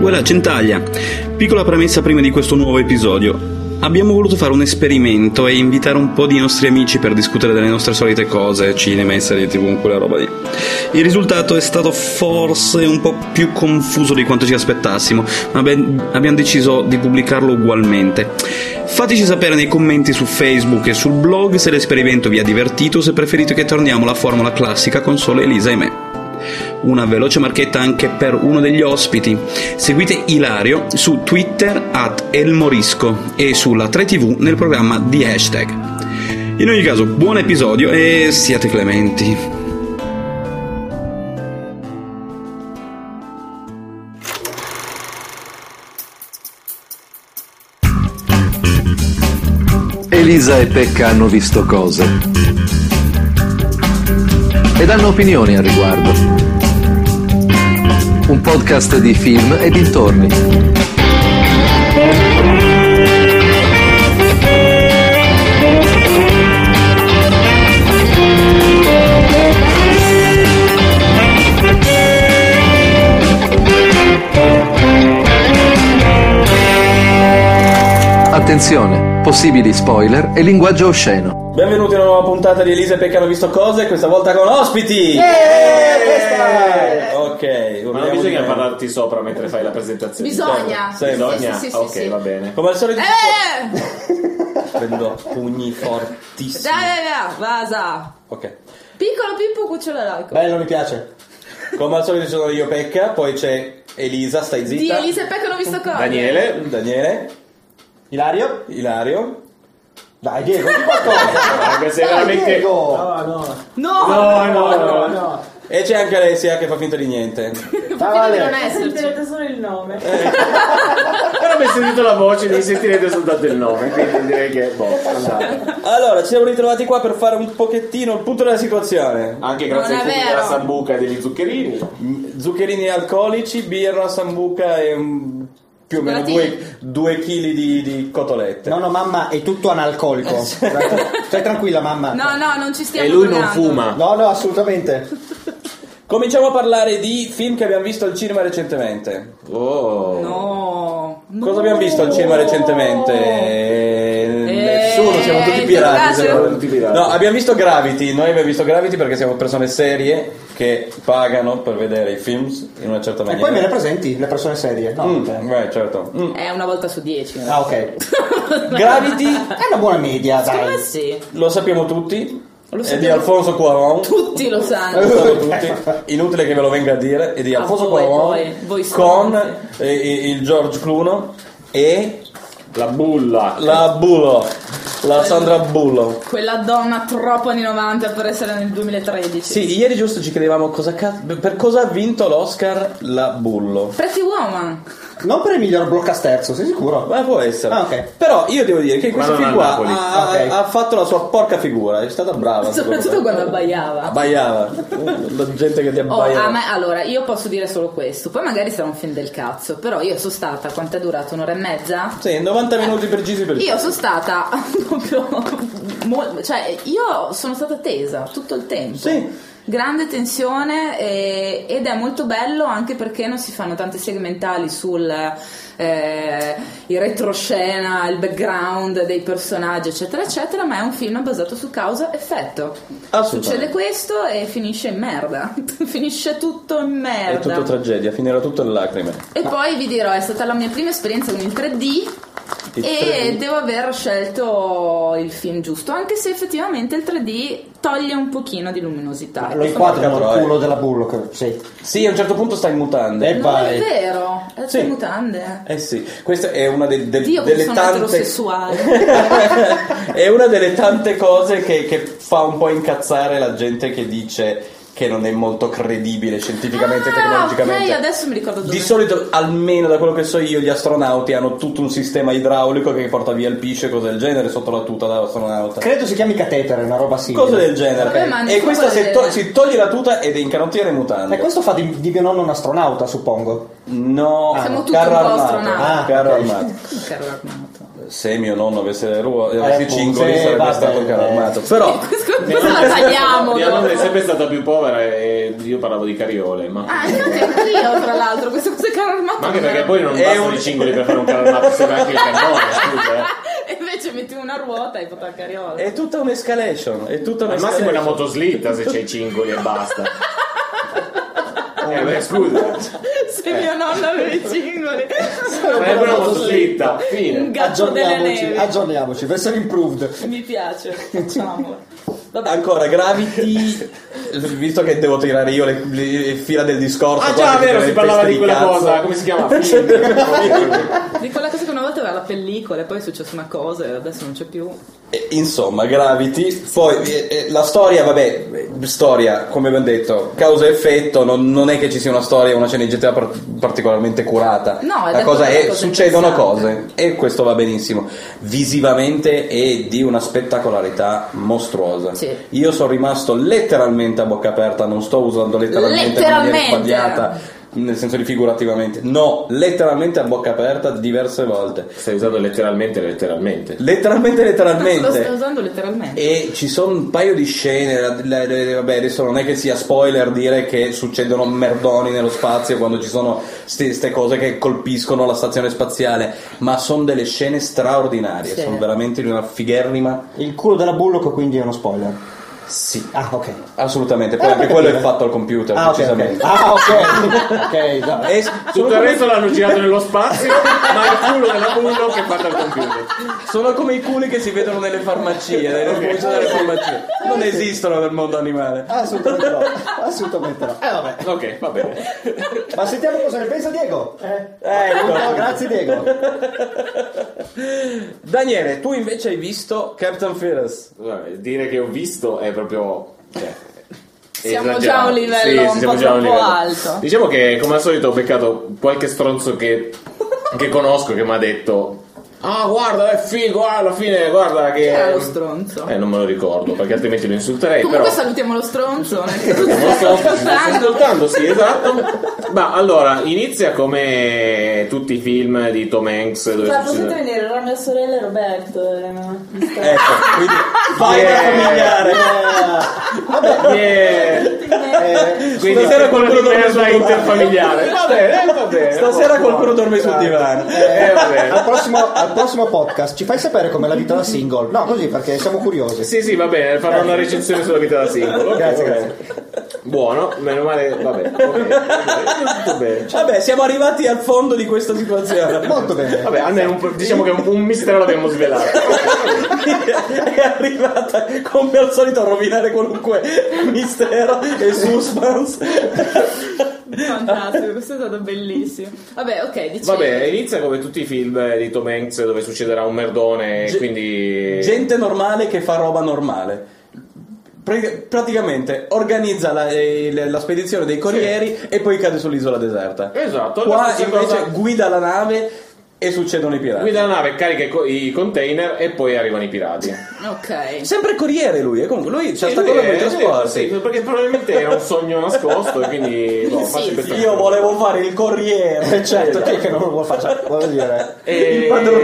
Voilà, Centaglia. Piccola premessa prima di questo nuovo episodio. Abbiamo voluto fare un esperimento e invitare un po' di nostri amici per discutere delle nostre solite cose, cinema e serie tv, quella roba lì. Il risultato è stato forse un po' più confuso di quanto ci aspettassimo, ma ben- abbiamo deciso di pubblicarlo ugualmente. Fateci sapere nei commenti su Facebook e sul blog se l'esperimento vi ha divertito o se preferite che torniamo alla formula classica con solo Elisa e me. Una veloce marchetta anche per uno degli ospiti. Seguite Ilario su Twitter at Elmorisco e sulla 3TV nel programma di hashtag. In ogni caso, buon episodio e siate clementi. Elisa e Pecca hanno visto cose. Ed hanno opinioni al riguardo. Un podcast di film e dintorni. Attenzione, possibili spoiler e linguaggio osceno. Benvenuti a una nuova puntata di Elisa e Pecca hanno visto cose, questa volta con Eh, ospiti! Eh, Ok, Ma non vogliamo bisogna dire- parlarti sopra mentre fai la presentazione. Certo. Bisogna. Sì, Bisogna? Sì, sì, sì, ok, sì. Ah, va bene. Come al solito Eh! prendo pugni fortissimi. Dai, dai, dai, Vasa! Ok. Piccolo Pippo Cucciolo Laico. Bello, mi piace. Come al solito ci sono io Pecca, poi c'è Elisa, stai zitta. Di Elisa e Pecca non ho visto cosa. Daniele, Daniele, Ilario? Ilario. Dai Diego, di qualcosa! anche se veramente... Diego! eh, No! No, no, no, no. No, E c'è anche Alessia che fa finta di niente. Ah, Fino di non vale. esserci. Sentirete solo il nome. Però mi sentito la voce, mi sentirete soltanto il nome, quindi direi che... Boh, andate. Allora, ci siamo ritrovati qua per fare un pochettino il punto della situazione. Anche grazie Non al è tubo vero. della sambuca e degli zuccherini. Zuccherini alcolici, birra, sambuca e mm, più o meno Cioccolatini. 2 kg di, di cotolette. no, no, mamma, è tutto analcolico. Stai tranquilla, mamma. No, no, non ci stiamo E lui non drogando. fuma. No, no, assolutamente. Cominciamo a parlare di film che abbiamo visto al cinema recentemente. Oh. No. No. Cosa abbiamo visto al cinema recentemente? Eh, Nessuno, siamo tutti il pirati. Giorgio. siamo Tutti pirati. No, abbiamo visto Gravity. Noi abbiamo visto Gravity perché siamo persone serie che pagano per vedere i film in una certa E maniera. poi me le presenti le persone serie? No, Mm, ok. beh, certo. Mm. È una volta su dieci. no? Ah, ok. È Gravity una buona media, Come dai. Eh, sì? lo sappiamo tutti. Lo È di sappiamo. Alfonso Cuaron. Tutti lo sanno. Lo sanno tutti. Inutile che ve lo venga a dire. È di A Alfonso voi, Cuarón voi, voi con stronzi. eh, il il George Cluno e La bulla. La Bullo, la Sandra Bullo. Quella donna troppo anni 90 per essere nel 2013. Sì, ieri giusto ci chiedevamo cosa cazzo- per cosa ha vinto l'Oscar la Bullo. Pretty Woman. Non per il miglior bloccasterzo, sei sicuro? Ma può essere. Ah, ok. Però io devo dire che questo non film al qua Napoli. ha, Ok. ha fatto la sua porca figura, è stata Ah, brava. Soprattutto secondo me. quando abbaiava. abbaiava. la gente che ti Oh, abbaia. a me- allora, io posso dire solo questo. Poi magari sarà un film del cazzo. Però io sono stata, quanto è durato? Un'ora e mezza? Oh. Sì, 90 minuti precisi per Io sono stata proprio. mol- cioè, io sono stata tesa tutto il tempo. Sì. Grande tensione e- ed è molto bello anche perché non si fanno tanti segmentali sul eh, il retroscena, il background dei personaggi, eccetera, eccetera, ma è un film basato su causa-effetto. Assolutamente. Ah, Succede questo e finisce in merda. finisce tutto in È merda. tutto tragedia, finirà tutto in lacrime. E poi vi dirò, è stata la mia prima esperienza con il 3D Il e 3D. devo aver scelto il film giusto, anche se effettivamente il 3D toglie un pochino di luminosità. Lo Non inquadrano Porca il culo della Bullock, sì. Sì, a un certo punto sta in mutande. Eh, vai. è vero, è Sì. sì. mutande. Eh sì, questa è una del- del- Dio che delle sono tante eterosessuale. è una delle tante cose che, che fa un po' incazzare la gente che dice che non è molto credibile scientificamente e Ah, tecnologicamente. ok, adesso mi ricordo dove. Di solito, almeno da quello che so io, gli astronauti hanno tutto un sistema idraulico che porta via il piscio e cose del genere sotto la tuta dell'astronauta. Credo si chiami catetere, una roba simile. Cose del genere. Vabbè, ma e nessuno questa vuole si, to- vedere. si toglie la tuta ed è in canottiere mutante. E questo fa di, di mio nonno un astronauta, suppongo. No, Siamo tutti carro un po' armato. astronauti. Ah, carro ok. armato. Carlo Armato. se mio nonno avesse ruolo, avessi appunto, cingoli eh, sarebbe vabbè, stato un carro eh. armato. Però Cosa la tagliamo? Mia no? nonna è sempre stata più povera e io parlavo di cariole, ma... Ah, infatti anche io, tra l'altro, queste cose carro armato. Ma anche perché poi non È bastano un- i cingoli per fare un carro armato, serve anche il cannone, scusa. eh. E invece metti una ruota e hai fatto la carriola. è tutta un'escalation, è tutta Al massimo è una un'escalation. motoslitta se c'è i cingoli e basta. Eh, beh, scusa, Se mio nonno aveva i cingoli. sarebbe una motoslitta, Un fine. gatto delle Aggiorniamoci, nevi. aggiorniamoci, versione improved. Mi piace, facciamola. Vabbè. Ancora Gravity, visto che devo tirare io le, le fila del discorso. Ah qua, già, che sono vero, si le parlava teste di quella cazzo. cosa, come si chiama? Film. Di quella cosa che una volta aveva la pellicola e poi è successa una cosa e adesso non c'è più. E, Insomma, Gravity, poi eh, eh, la storia, vabbè, eh, storia, come abbiamo detto, causa e effetto, non, non è che ci sia una storia, una sceneggiatura par- particolarmente curata. No, è la da cosa quello è, una cosa succedono cose interessante. e questo va benissimo. Visivamente è di una spettacolarità mostruosa. Sì. Io sono rimasto letteralmente a bocca aperta, non sto usando letteralmente, in maniera Letteralmente. sbagliata, nel senso di figurativamente. No, letteralmente a bocca aperta diverse volte. Stai usando letteralmente, letteralmente. Letteralmente, Lo letteralmente. stai usando letteralmente. E ci sono un paio di scene, la- la- la- vabbè adesso non è che sia spoiler dire che succedono merdoni nello spazio quando ci sono queste cose che colpiscono la stazione spaziale, ma sono delle scene straordinarie, Sì. sono veramente di una figherrima. Il culo della Bullock quindi è uno spoiler. Sì, Ah, ok. assolutamente, poi Eh, anche perché quello dire? è fatto al computer, Ah, ok. ok. precisamente. Ah, ok. ok, già. E Tutto sono, il come, resto l'hanno girato nello spazio, ma il culo della bullo che è fatta al computer. sono come i culi che si vedono nelle farmacie, nelle pubblicità delle farmacie. Non esistono nel mondo animale. Assolutamente no. Assolutamente no. Eh, vabbè. Ok, va bene. Ma sentiamo cosa ne pensa Diego. Eh, Ecco. no, grazie Diego. Daniele, tu invece hai visto Captain Phillips. Vabbè, Dire che ho visto è proprio... cioè, Siamo esagerato. già a un livello un siamo po' già a un troppo livello. alto. Diciamo che come al solito ho beccato qualche stronzo che, che conosco che mi ha detto Ah guarda è figo, ah, alla fine guarda che... Era lo stronzo. Eh non me lo ricordo perché altrimenti lo insulterei Comunque però... salutiamo lo stronzo. nel caso tu Non so, stia ci sta ascoltando. ascoltando, sì, esatto. Ma allora, inizia come tutti i film di Tom Hanks dove Ma succede- potete venire, era mia sorella e Roberto. eh, erano- Eh. Ecco, quindi vai Yeah. a familiare. Yeah. Eh, Quindi Stasera stasera qualcuno qualcuno di dorme merda sul divano. interfamiliare. Va bene, eh, va bene. Stasera qualcuno dorme sul divano. Eh, va bene. al, prossimo, al prossimo podcast ci fai sapere com'è la vita da single. No, così perché siamo curiosi. Sì, sì, va bene, farò una recensione sulla vita da singolo. Ok, Grazie, ok. Buono, meno male, va bene. ok, Tutto bene. Vabbè, siamo arrivati al fondo di questa situazione. Molto bene. Vabbè, almeno un po'- diciamo che un, un mistero l'abbiamo svelato. È arrivata come al solito a rovinare qualunque mistero e suspense. Fantastico, questo è stato bellissimo. Vabbè, ok, diciamo. Vabbè, inizia come tutti i film di Tom Hanks dove succederà un merdone, Ge- quindi Gente normale che fa roba normale. Pre- praticamente organizza la, eh, la spedizione dei corrieri e poi cade sull'isola deserta. Esatto, la Qua stessa invece cosa. guida la nave e succedono i pirati. guida la nave, carica i co- i container e poi arrivano i pirati. Ok. Sempre corriere lui, e comunque lui c'ha Sì, sta lui cosa è- con i sì, trasporti. perché probabilmente era un sogno nascosto e quindi boh, Sì, faccio sì. questa Io cosa. esatto. volevo fare il corriere, Certo, chi è che non lo vuole fare? Cioè, Voglio dire. e, il padroncino.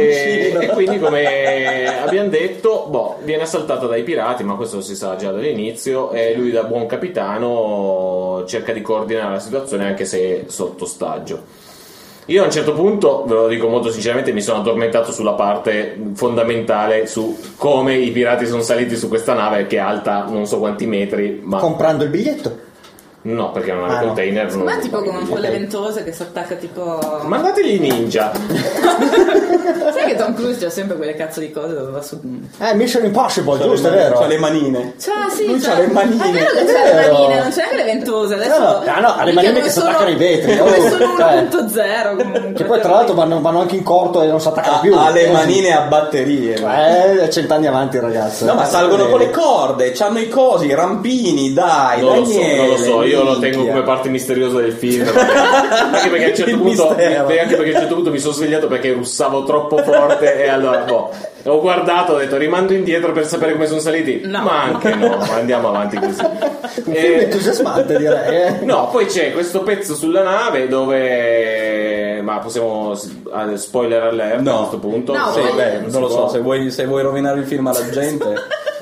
e quindi come abbiamo detto boh, viene assaltata dai pirati ma questo si sa già dall'inizio e lui da buon capitano cerca di coordinare la situazione anche se sotto ostaggio io a un certo punto, ve lo dico molto sinceramente, mi sono addormentato sulla parte fondamentale su come i pirati sono saliti su questa nave che è alta non so quanti metri, ma Comprando il biglietto. No, perché non Ah, ha no. il container. non- Ma è tipo come non- quelle ventose che si attacca tipo. Mandategli ninja. Sai che Tom Cruise c'ha sempre quelle cazzo di cose dove va su. Eh, Mission Impossible, giusto, è C'ha vero. le manine. Cioè, sì, Lui c'ha- c'ha le manine. È vero che c'ha È le vero. manine, non c'è anche le ventose. Adesso. No, no, ah, no, ha le Minchia, manine come che si sono- attaccano ai vetri, Come oh, sono cioè. 1.0 comunque. Che poi tra l'altro vanno, vanno anche in corto e non si Ah, attaccano Ha, più. ha Ah, le manine a batterie. ma- Eh, è cent'anni avanti, ragazzi. No, ma salgono Eh, con le corde, c'hanno i cosi, i rampini, dai, Non lo so, Daniele, non lo so, io lo minchia. tengo come parte misteriosa del film. Anche perché a un certo Il punto, mistero. anche perché a un certo punto mi sono svegliato perché russavo troppo forte e allora boh. Ho guardato, ho detto rimando indietro per sapere come sono saliti. No. Ma anche no, ma andiamo avanti così. Un Eh, film entusiasmante, direi. eh. No, poi c'è questo pezzo sulla nave dove ma ma possiamo s- ah, spoiler alert No. a questo punto? No, Sì, poi- beh, non lo si so, può. se vuoi, se vuoi rovinare il film alla gente.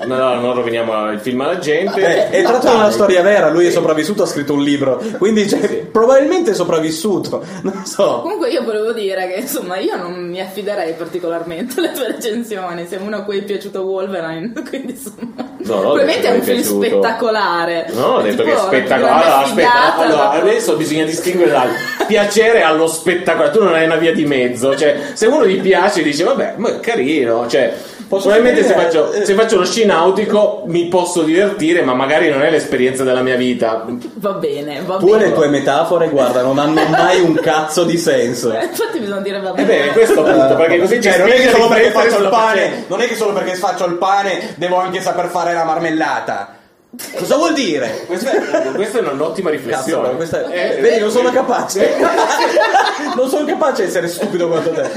No, no, non roviniamo il film alla gente. Beh, e tra l'altro è una storia vera, lui è sopravvissuto, ha scritto un libro, quindi cioè, probabilmente è sopravvissuto, non so. Comunque io volevo dire che insomma io non mi affiderei particolarmente alle tue recensioni, sei uno a cui è piaciuto Wolverine, quindi insomma... No, no, probabilmente è un mi è film piaciuto. spettacolare. No, ho detto Tipo, che è una spettacolare. grande Allora, aspetta, figata, allora, ma- adesso bisogna distinguere dal piacere allo spettacolare. Tu non hai una via di mezzo. Cioè, se uno gli piace, dice, vabbè, ma è carino. Cioè, Posso probabilmente se dire- eh, faccio, se faccio lo sci nautico mi posso divertire, ma magari non è l'esperienza della mia vita. Va bene, va Tu e bene. le tue metafore, guarda, non hanno mai un cazzo di senso. Eh, Infatti bisogna dire va E bene. beh, questo appunto, perché così ci Cioè, non è che spinge solo a perché riflettere faccio il sulla pane, faccenda. non è che solo perché faccio il pane devo anche saper fare la marmellata. Cosa vuol dire? Questa è, ecco, questa è un'ottima Cazzo, riflessione. però, questa- Eh, vedi, non sono capace. non sono capace di essere stupido quanto te.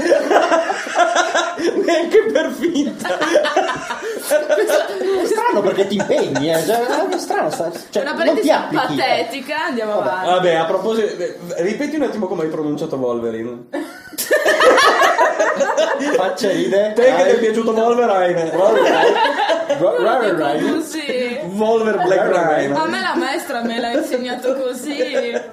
Neanche per finta. È strano perché ti impegni, eh. Cioè, è strano, sta- cioè, Una non ti parentesi applichi. patetica, andiamo avanti. Vabbè, a proposito, eh, ripeti un attimo come hai pronunciato Wolverine. Faccia ride. Te che ti è piaciuto Wolverine? Lo dico piace. così. Wolver Black Rhino. A me la maestra me l'ha insegnato così.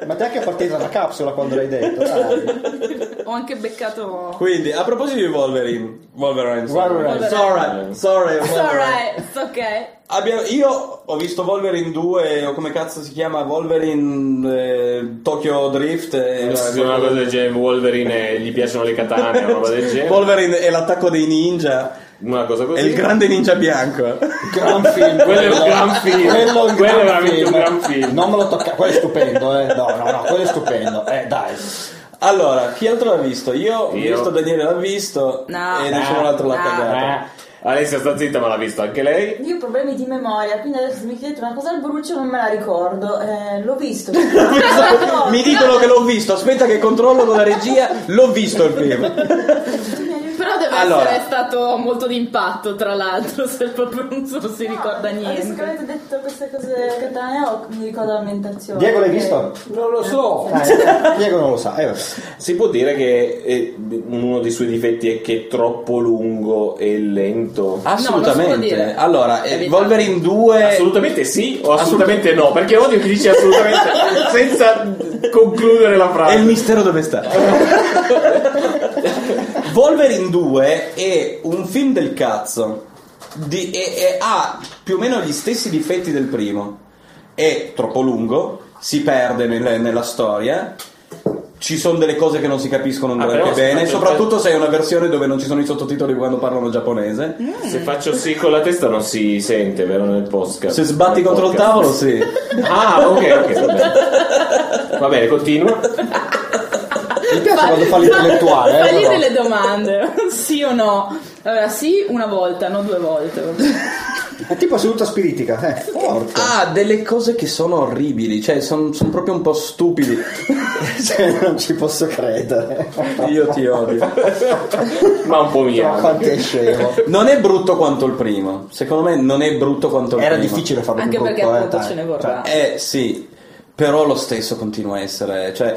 Ma te che è partita la capsula quando l'hai detto. dai. Ho anche beccato. Quindi, a proposito di Wolverine, Wolverine, sorry. Wolverine. sorry, sorry, It's Wolverine. alright, it's ok. Abbia- io ho visto Wolverine 2, o come cazzo si chiama, Wolverine eh, Tokyo Drift. eh, Eh, sì, una cosa del genere, Wolverine eh, gli piacciono le katane, una roba del genere. Wolverine è l'attacco dei ninja. Una cosa È così. il grande ninja bianco. Gran film. Quello è un gran film. Quello è, un Quello è gran veramente film. un gran film. Non me lo tocca, quello è stupendo, eh. No, no, no, quello è stupendo. Eh, dai. Allora, chi altro l'ha visto? Io, ho Io. visto Daniele l'ha visto No. e nessun altro l'ha No. cagato. Eh, Alessia sta zitta, ma l'ha visto anche lei. Io ho problemi di memoria, quindi adesso se mi chiedete ma cosa al brucio non me la ricordo. Eh, l'ho visto. Mi dicono che l'ho visto, aspetta che controllo con la regia, l'ho visto il film. Però deve Allora. essere stato molto d'impatto, tra l'altro, se proprio non so, si ricorda Adesso che niente. avete detto queste cose catane ho- mi ricordo l'ambientazione. Diego l'hai visto? Non lo so. Dai, Diego non lo sa. Eh, vabbè. Si può dire che eh, uno dei suoi difetti è che è troppo lungo e lento. Eh. No, non si Assolutamente. può dire. allora, eh, È vietato. Wolverine 2 Assolutamente sì o assolutamente no, perché odio chi dice assolutamente senza concludere la è il frase. mistero dove sta. Wolverine 2 è un film del cazzo. Di- e- e ha più o meno gli stessi difetti del primo. È troppo lungo, si perde nel- nella storia. Ci sono delle cose che non si capiscono Ah, neanche però se bene, faccio- soprattutto se è una versione dove non ci sono i sottotitoli quando parlano giapponese. Se faccio sì con la testa non si sente, vero? Nel podcast. Se sbatti Nel contro il podcast. tavolo, sì. Ah, ok, ok, va bene. Va bene, continua. Mi piace quando fa l'intellettuale. eh, Fagli però. delle domande, sì o no? Allora, sì una volta, non due volte. È tipo seduta spiritica. Eh. Porca. Ha Ah, delle cose che sono orribili, cioè sono proprio un po' stupidi. Cioè, non ci posso credere. Io ti odio. Ma un po' Ma mia. quanto è scemo. Non è brutto quanto il primo. Secondo me non è brutto quanto il Era primo. difficile farlo Anche più perché brutto, eh, appunto dai. ce ne vorrà. Eh sì, però lo stesso continua a essere. Cioè,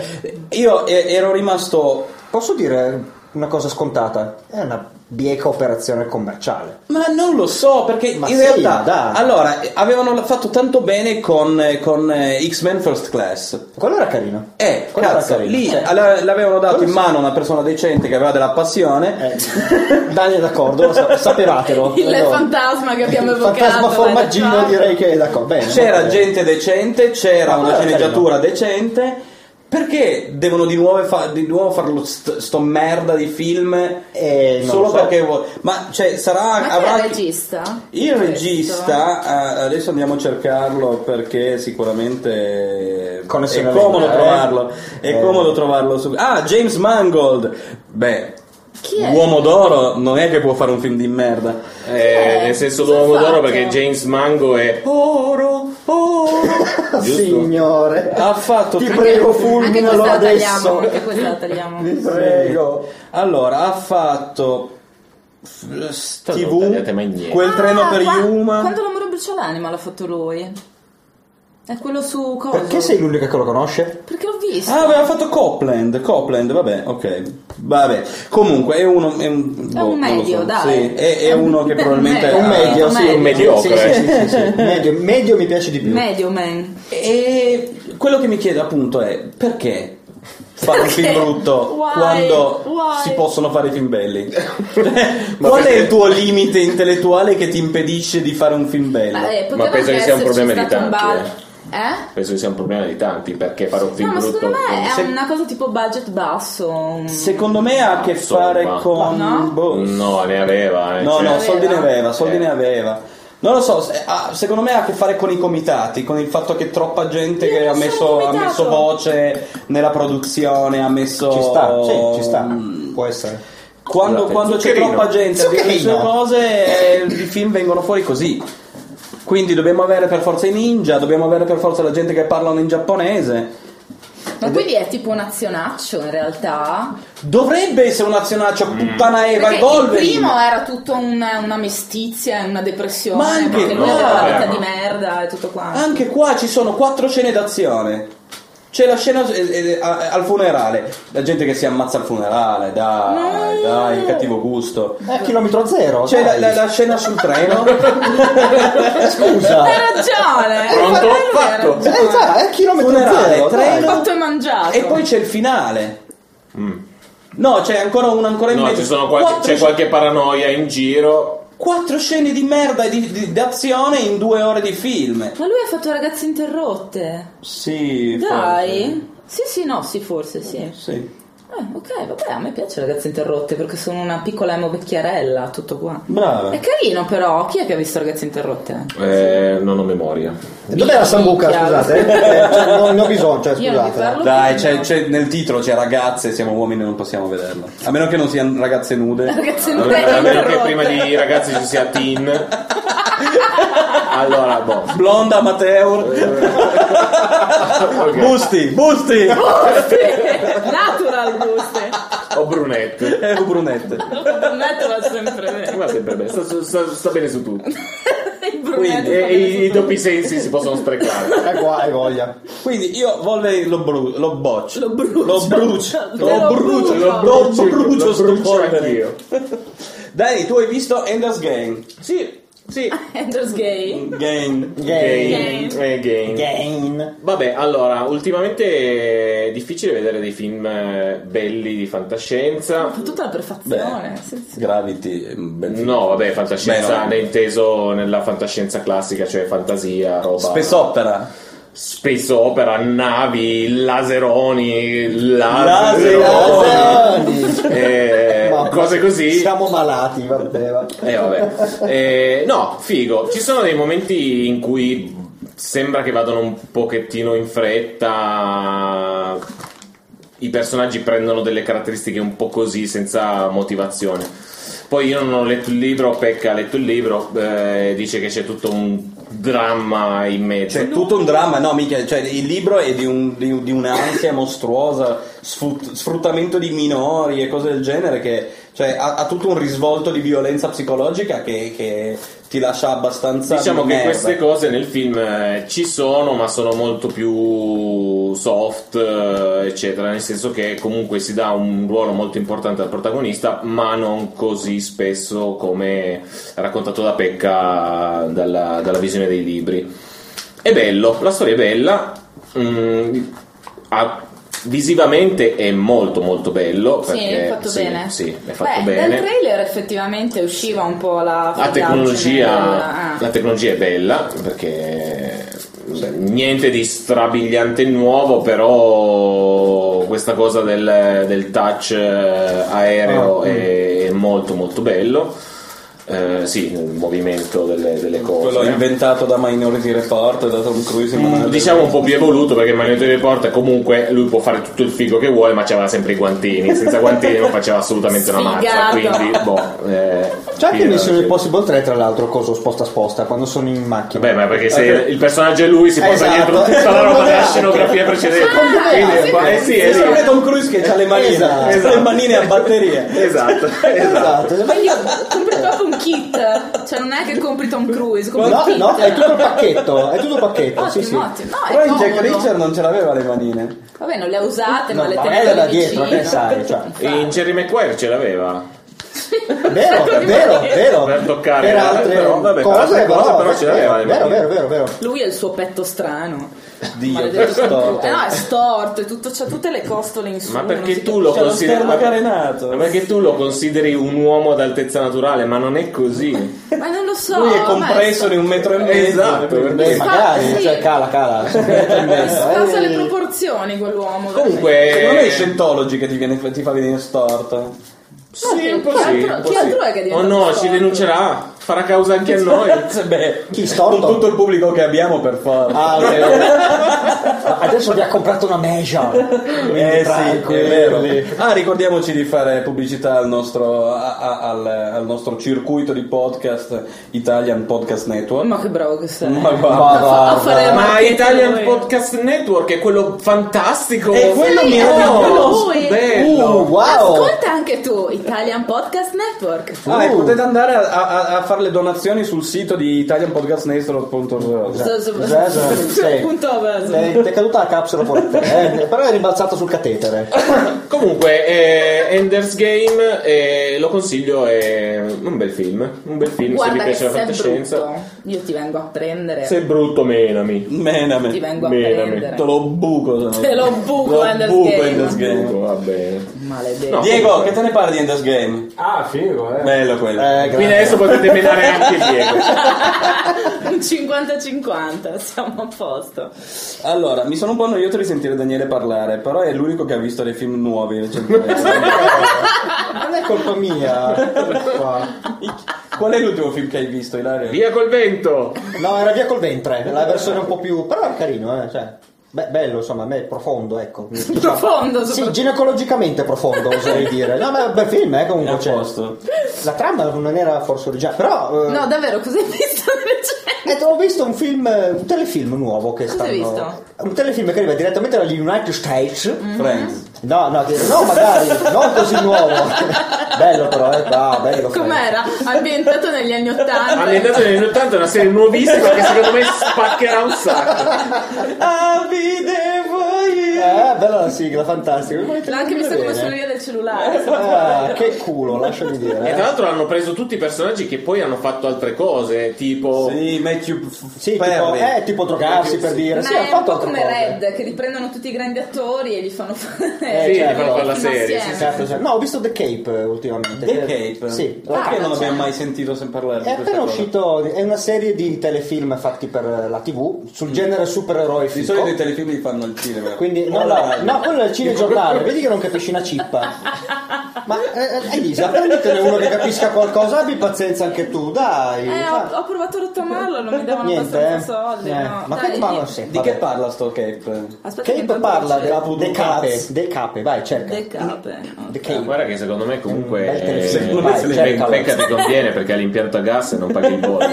io e- ero rimasto. Posso dire una cosa scontata? È una bieca operazione commerciale. Ma non lo so, perché Ma in sì, realtà. ma dai. Allora, avevano fatto tanto bene con, con, eh, X-Men First Class. Quello era carino. Eh, Quello era cazzo, carino. lì Eh. alla- l'avevano dato Quello in sì. mano a una persona decente che aveva della passione. Eh, Dani è d'accordo, lo sa- sapevatelo. Il Allora, fantasma che abbiamo il evocato. fantasma dai, formaggino dai. direi che è d'accordo. Bene, C'era bene. gente decente, c'era Ma una guarda, sceneggiatura decente. Perché devono di nuovo, fa- di nuovo fare lo st- sto merda di film? Eh, non solo lo so. perché vuole. Ma cioè, sarà. Ma chi avrà è il regista? Il Questo? eh. regista, ah, adesso andiamo a cercarlo perché sicuramente Connessione è comodo alla linea, eh. trovarlo. È Eh. comodo trovarlo su. Ah, James Mangold! Beh, Chi è? uomo d'oro non è che può fare un film di merda. Eh, nel senso Cosa d'uomo ha d'oro fatto? perché James Mango è Oro, oro. giusto? Signore. ha fatto Ti tre- prego, Anche questa fulminalo la tagliamo, adesso. anche questa la tagliamo. Vi prego. Allora, ha fatto f- non tagliate mai TV, niente. quel treno Ah, per qua- Yuma. Quando l'amore brucia l'anima l'ha fatto lui. È quello su cosa? Perché sei l'unica che lo conosce? Perché l'ho visto. Ah, aveva fatto Copland, Copland, vabbè, ok. Vabbè, comunque è uno... È un, boh, non lo medio, so. dai. Sì, è, è uno che Beh, probabilmente... beh, ha- Un medio, un sì, medio. un Mediocre. Sì, sì, sì, sì, sì. Medio, medio mi piace di più. Medio man. E quello che mi chiedo appunto è perché fare un film Perché? brutto Why? quando Why? si possono fare i film belli? Cioè, Qual è il tuo limite intellettuale che ti impedisce di fare un film bello? Ma, eh, poteva Ma penso anche che sia un esserci problema cioè. di stato un tanti, bar- Eh? Penso che sia un problema di tanti perché fare un film no, ma brutto. secondo me è Se- una cosa tipo budget basso. Mm. un- Secondo me ha a che Insomma. fare con... No? boh, No, ne aveva. eh, No, cioè- no, Aveva? soldi ne aveva, soldi Eh. ne aveva. Non lo so, se- ha- secondo me ha a che fare con i comitati, con il fatto che troppa gente Io che non ha sono messo, ha comitato. messo voce nella produzione, ha messo... Ci sta, sì, ci sta. Mm, Può essere. Quando, Scusate, quando c'è Zuccherino. troppa gente a dire le sue Zuccherino. cose, eh, i film vengono fuori così. Quindi dobbiamo avere per forza i ninja, dobbiamo avere per forza la gente che parlano in giapponese. Ma quindi è tipo un azionaccio in realtà. Dovrebbe essere un azionaccio, puttana Eva, Perché il il Eh, Wolverine. primo era tutto una, una mestizia, una depressione, Ma anche perché lui qua. aveva una vita Eh, di ma- merda e tutto quanto. Anche qua ci sono quattro scene d'azione. C'è la scena eh, eh, a- al funerale, la gente che si ammazza al funerale, dai, dai, cattivo gusto. Eh, chilometro zero. C'è la, dai. la- la scena sul treno. Eh, Scusa. Hai ragione! Pronto? Quello era Fatto. ragione. Eh, dai, è chilometro Funerale, zero. dai. treno. Fatto e mangiato. e poi c'è il finale. Mm. No, c'è ancora una ancora in No, mezzo. ci sono qualche- Quattro c'è sc- qualche paranoia in giro. Quattro scene di merda e di, di- d'azione in due ore di film. Ma lui ha fatto ragazze interrotte. Sì, Dai. Sì, sì, no, sì, forse, sì. Sì. Eh, ok, vabbè, a me piace ragazze interrotte perché sono una piccola emo vecchiarella, tutto qua. Brava. È carino però, chi è che ha visto ragazze interrotte? Eh, non ho memoria. Dov'è la Sambuca, Minchia. scusate? Eh, cioè, non ne ho bisogno, cioè, Io non vi scusate. parlo Dai, più, c'è, no. c'è- nel titolo c'è ragazze, siamo uomini e non possiamo vederlo. A meno che non siano ragazze nude. Ragazze A interrotte. meno- a meno che prima di ragazzi ci sia Tin. Allora, boh. Blonda amateur. Ok. Busti, busti. Gusti! Natural gusti! O brunette. E Eh, brunette. Natural sempre bene. Ma sempre bene, sta, sta- sta bene su tutto. Il brunetto Quindi, va e- bene e i, su tutto. doppi sensi si possono sprecare. Eh, qua, hai voglia. Quindi io Wolverine lo, bru- lo boccio. Lo brucio. Lo brucio. Te Lo lo brucio. Lo brucio. brucio, sto polvere. anch'io. Dai, tu hai visto Enders Game. Sì, sì. Andrew's gay. Game. Gain. Gain. Eh, gain. Gain. Vabbè, allora, ultimamente è difficile vedere dei film eh, belli di fantascienza. Fa tutta la perfezione. Sì, sì. Gravity è un bel film. No, vabbè, fantascienza Beh, no. ne inteso nella fantascienza classica, cioè fantasia, roba. Spessopera. space opera, navi, laseroni, Laser- laseroni, eh, Ma- cose così. Siamo malati, vabbè. va. Eh, vabbè. Eh, no, figo. Ci sono dei momenti in cui sembra che vadano un pochettino in fretta. I personaggi prendono delle caratteristiche un po' così, senza motivazione. Poi io non ho letto il libro, Pecca ha letto il libro, eh, dice che c'è tutto un dramma in mezzo. C'è tutto un dramma, no, mica, cioè, il libro è di, un- di- di un'ansia mostruosa, sfrut- sfruttamento di minori e cose del genere, che cioè, ha, ha tutto un risvolto di violenza psicologica che, che ti lascia abbastanza. Diciamo di che merda. queste cose nel film eh, ci sono, ma sono molto più soft, eh, eccetera, nel senso che comunque si dà un ruolo molto importante al protagonista, ma non così spesso come raccontato da Pecca dalla, dalla visione dei libri. È bello, la storia è bella, mm, ha- visivamente è molto molto bello. Sì, perché- è fatto sì, bene. sì, è fatto Beh, bene. Dal trailer effettivamente usciva un po' la La ah. fagaggine tecnologia, della- la tecnologia è bella perché beh, niente di strabiliante nuovo, però questa cosa del, del touch eh, aereo è, è molto molto bello. Eh, sì, il movimento delle, delle Quello cose. inventato da Minority Report, da Tom Cruise. in mano- Diciamo un po' più evoluto perché Magneto di Porta comunque lui può fare tutto il figo che vuole, ma c'aveva sempre i guantini. Senza guantini non faceva assolutamente una mazza. Sfigato. Quindi, boh, eh, C'è anche il sì, Mission sì. Impossible 3, tra l'altro, coso sposta sposta, quando sono in macchina. Beh, ma perché se Eh, il personaggio è lui, si porta Esatto. dietro tutta la roba della Esatto. scenografia precedente. Ah, Quindi, sì, qua- eh, sì, È eh, sì. sempre Tom Cruise che ha le manine, Esatto. le manine a batteria. Esatto, esatto. Esatto. Ah. Quindi ho comprato proprio un kit. Cioè, non è che compri Tom Cruise, compri No, un kit. no, è tutto il pacchetto, è tutto il pacchetto, Ottimo, sì, sì. ottimo. No, Però è in Jack comodo. Richard non ce l'aveva le manine. Vabbè, non le ha usate, No, ma le ma tenete è da vicino. dietro, che sai, cioè. E in Jerry Maguire ce l'aveva. Vero, Sì, vero, sì. vero. Per toccare, Per altre però, vabbè, per cose, altre cose, però ce l'aveva eh, le Vero, manine. vero, vero, vero. Lui è il suo petto strano. Dio, Maledetto che storto. Tom Cruise. Eh, no, è storto, è tutto, c'ha tutte le costole in su. Ma non si perché tu capisce. lo C'è lo consideri sterno ma- carenato. ma perché tu lo consideri un uomo ad altezza naturale, ma non è così. Ma non lo so. Lui è compreso compresso di un metro e mezzo. Esatto, per Beh, cui- Sì. magari, Sì. cioè, cala, cala. Eh, Sfasa le proporzioni quell'uomo. Comunque Cioè, Non è Scientology che ti, viene- ti fa venire storta. Sì, un po' Chi sì, altro- un po' chi sì. altro è che diventa Oh no, storto? ci denuncerà, farà causa anche a noi. Beh, Chi storto? Con tutto il pubblico che abbiamo per forza. Ah, ok. Adesso vi ha comprato una Meja. Eh sì, è Tranquilli. vero. Ah, ricordiamoci di fare pubblicità al nostro, a- a- al, al nostro circuito di podcast Italian Podcast Network. Ma che bravo che sei. Eh, Ma guarda. A fa- a fare Ma marketing Italian lui. Podcast Network è quello fantastico. E quello Eh, Sì, mi è era proprio Oh, lui. bello. Uh, wow. Ascolta anche tu, Italian Podcast Network. Ah, e Uh. potete andare a, a- a fare le donazioni sul sito di italianpodcastnetwork.org. So- so- Già, già, sì. Punto avverso. Eh, Ti è caduta la capsula fuori da te, eh? però è rimbalzato sul catetere. Comunque, eh, Ender's Game eh, lo consiglio, è un bel film. Un bel film se vi Guarda che piace la sei fantascienza. brutto. Io ti vengo a prendere. Se è brutto, menami. Ti Mename. vengo a Bene, prendere. Te lo buco. se no. Te lo buco, Lo Ender's buco, Game. Ender's Game. Va bene. Maledetto. No. Diego, che te ne parli di Ender's Game? Ah, figo, eh. Bello quello. Eh, Quindi grazie. adesso potete menare anche Diego. Un 50-50, siamo a posto. Allora, mi sono un po' annoiato di sentire Daniele parlare, però è l'unico che ha visto dei film nuovi cioè, recentemente. Ah, Non è colpa mia. Qual è l'ultimo film che hai visto, Ilario? Via col vento! No, era via col ventre, la versione un po' più. però era carino, eh. Cioè, be- bello, insomma, a me è profondo, ecco. Profondo, Sì, soprattutto. ginecologicamente profondo, oserei dire. No, ma è un bel film, eh, È a comunque. cioè. posto. La trama non era forse originale, però. eh, No, davvero, cosa hai visto di recente? eh, ho visto un film, eh, un telefilm nuovo che Cosa stanno. hai visto? Mhm. Un telefilm che arriva direttamente dagli United States. Friends. No, no, che- no, magari, non così nuovo. bello però, eh. Ah, bello. Com'era? Ambientato negli anni Ottanta. Ambientato negli anni 80 è una serie nuovissima che secondo me spaccherà un sacco. Eh, bella la sigla, fantastica. L'ho anche visto come suoneria del cellulare. Ah, che culo, lasciami dire. E eh. tra l'altro hanno preso tutti i personaggi che poi hanno fatto altre cose, tipo... Sì, Matthew F- Sì, tipo, Perry. eh, tipo drogarsi per dire. Ma sì, ha è un fatto po' altre come cose. Red, che riprendono tutti i grandi attori e li fanno fare... Eh, Sì, certo. gli fanno fare la Sì, serie. assieme. sì, sì. Certo, certo. No, ho visto The Cape eh, ultimamente. The che- Cape. Sì. Perché Ah, non abbiamo cioè. mai sentito sen parlare di È questa appena cosa? uscito, è una serie di telefilm fatti per la TV sul genere supereroi Mm. Di solito i telefilm li fanno al cinema. Quindi, no, O alla no, radio. no, quello è il cinegiornale, vedi che non capisci una cippa. Ma eh, eh, Elisa, prenditene uno che capisca qualcosa, abbi pazienza anche tu, dai. Eh, Fa- ho, ho provato a rottamarlo, non mi davano Niente, eh. abbastanza soldi. Eh, no. Ma Dai, che parla io- sempre? Di che parla sto Cape? Aspetta che Cape intanto parla lo della cerco. del cape, del cape, vai, cerca. De cape. ok. The Ah, Eh, Cape. Guarda che secondo me comunque... bel eh, telefilm. Vai, se cercalo. becca- becca ti conviene perché ha l'impianto a gas e non paghi il bollo.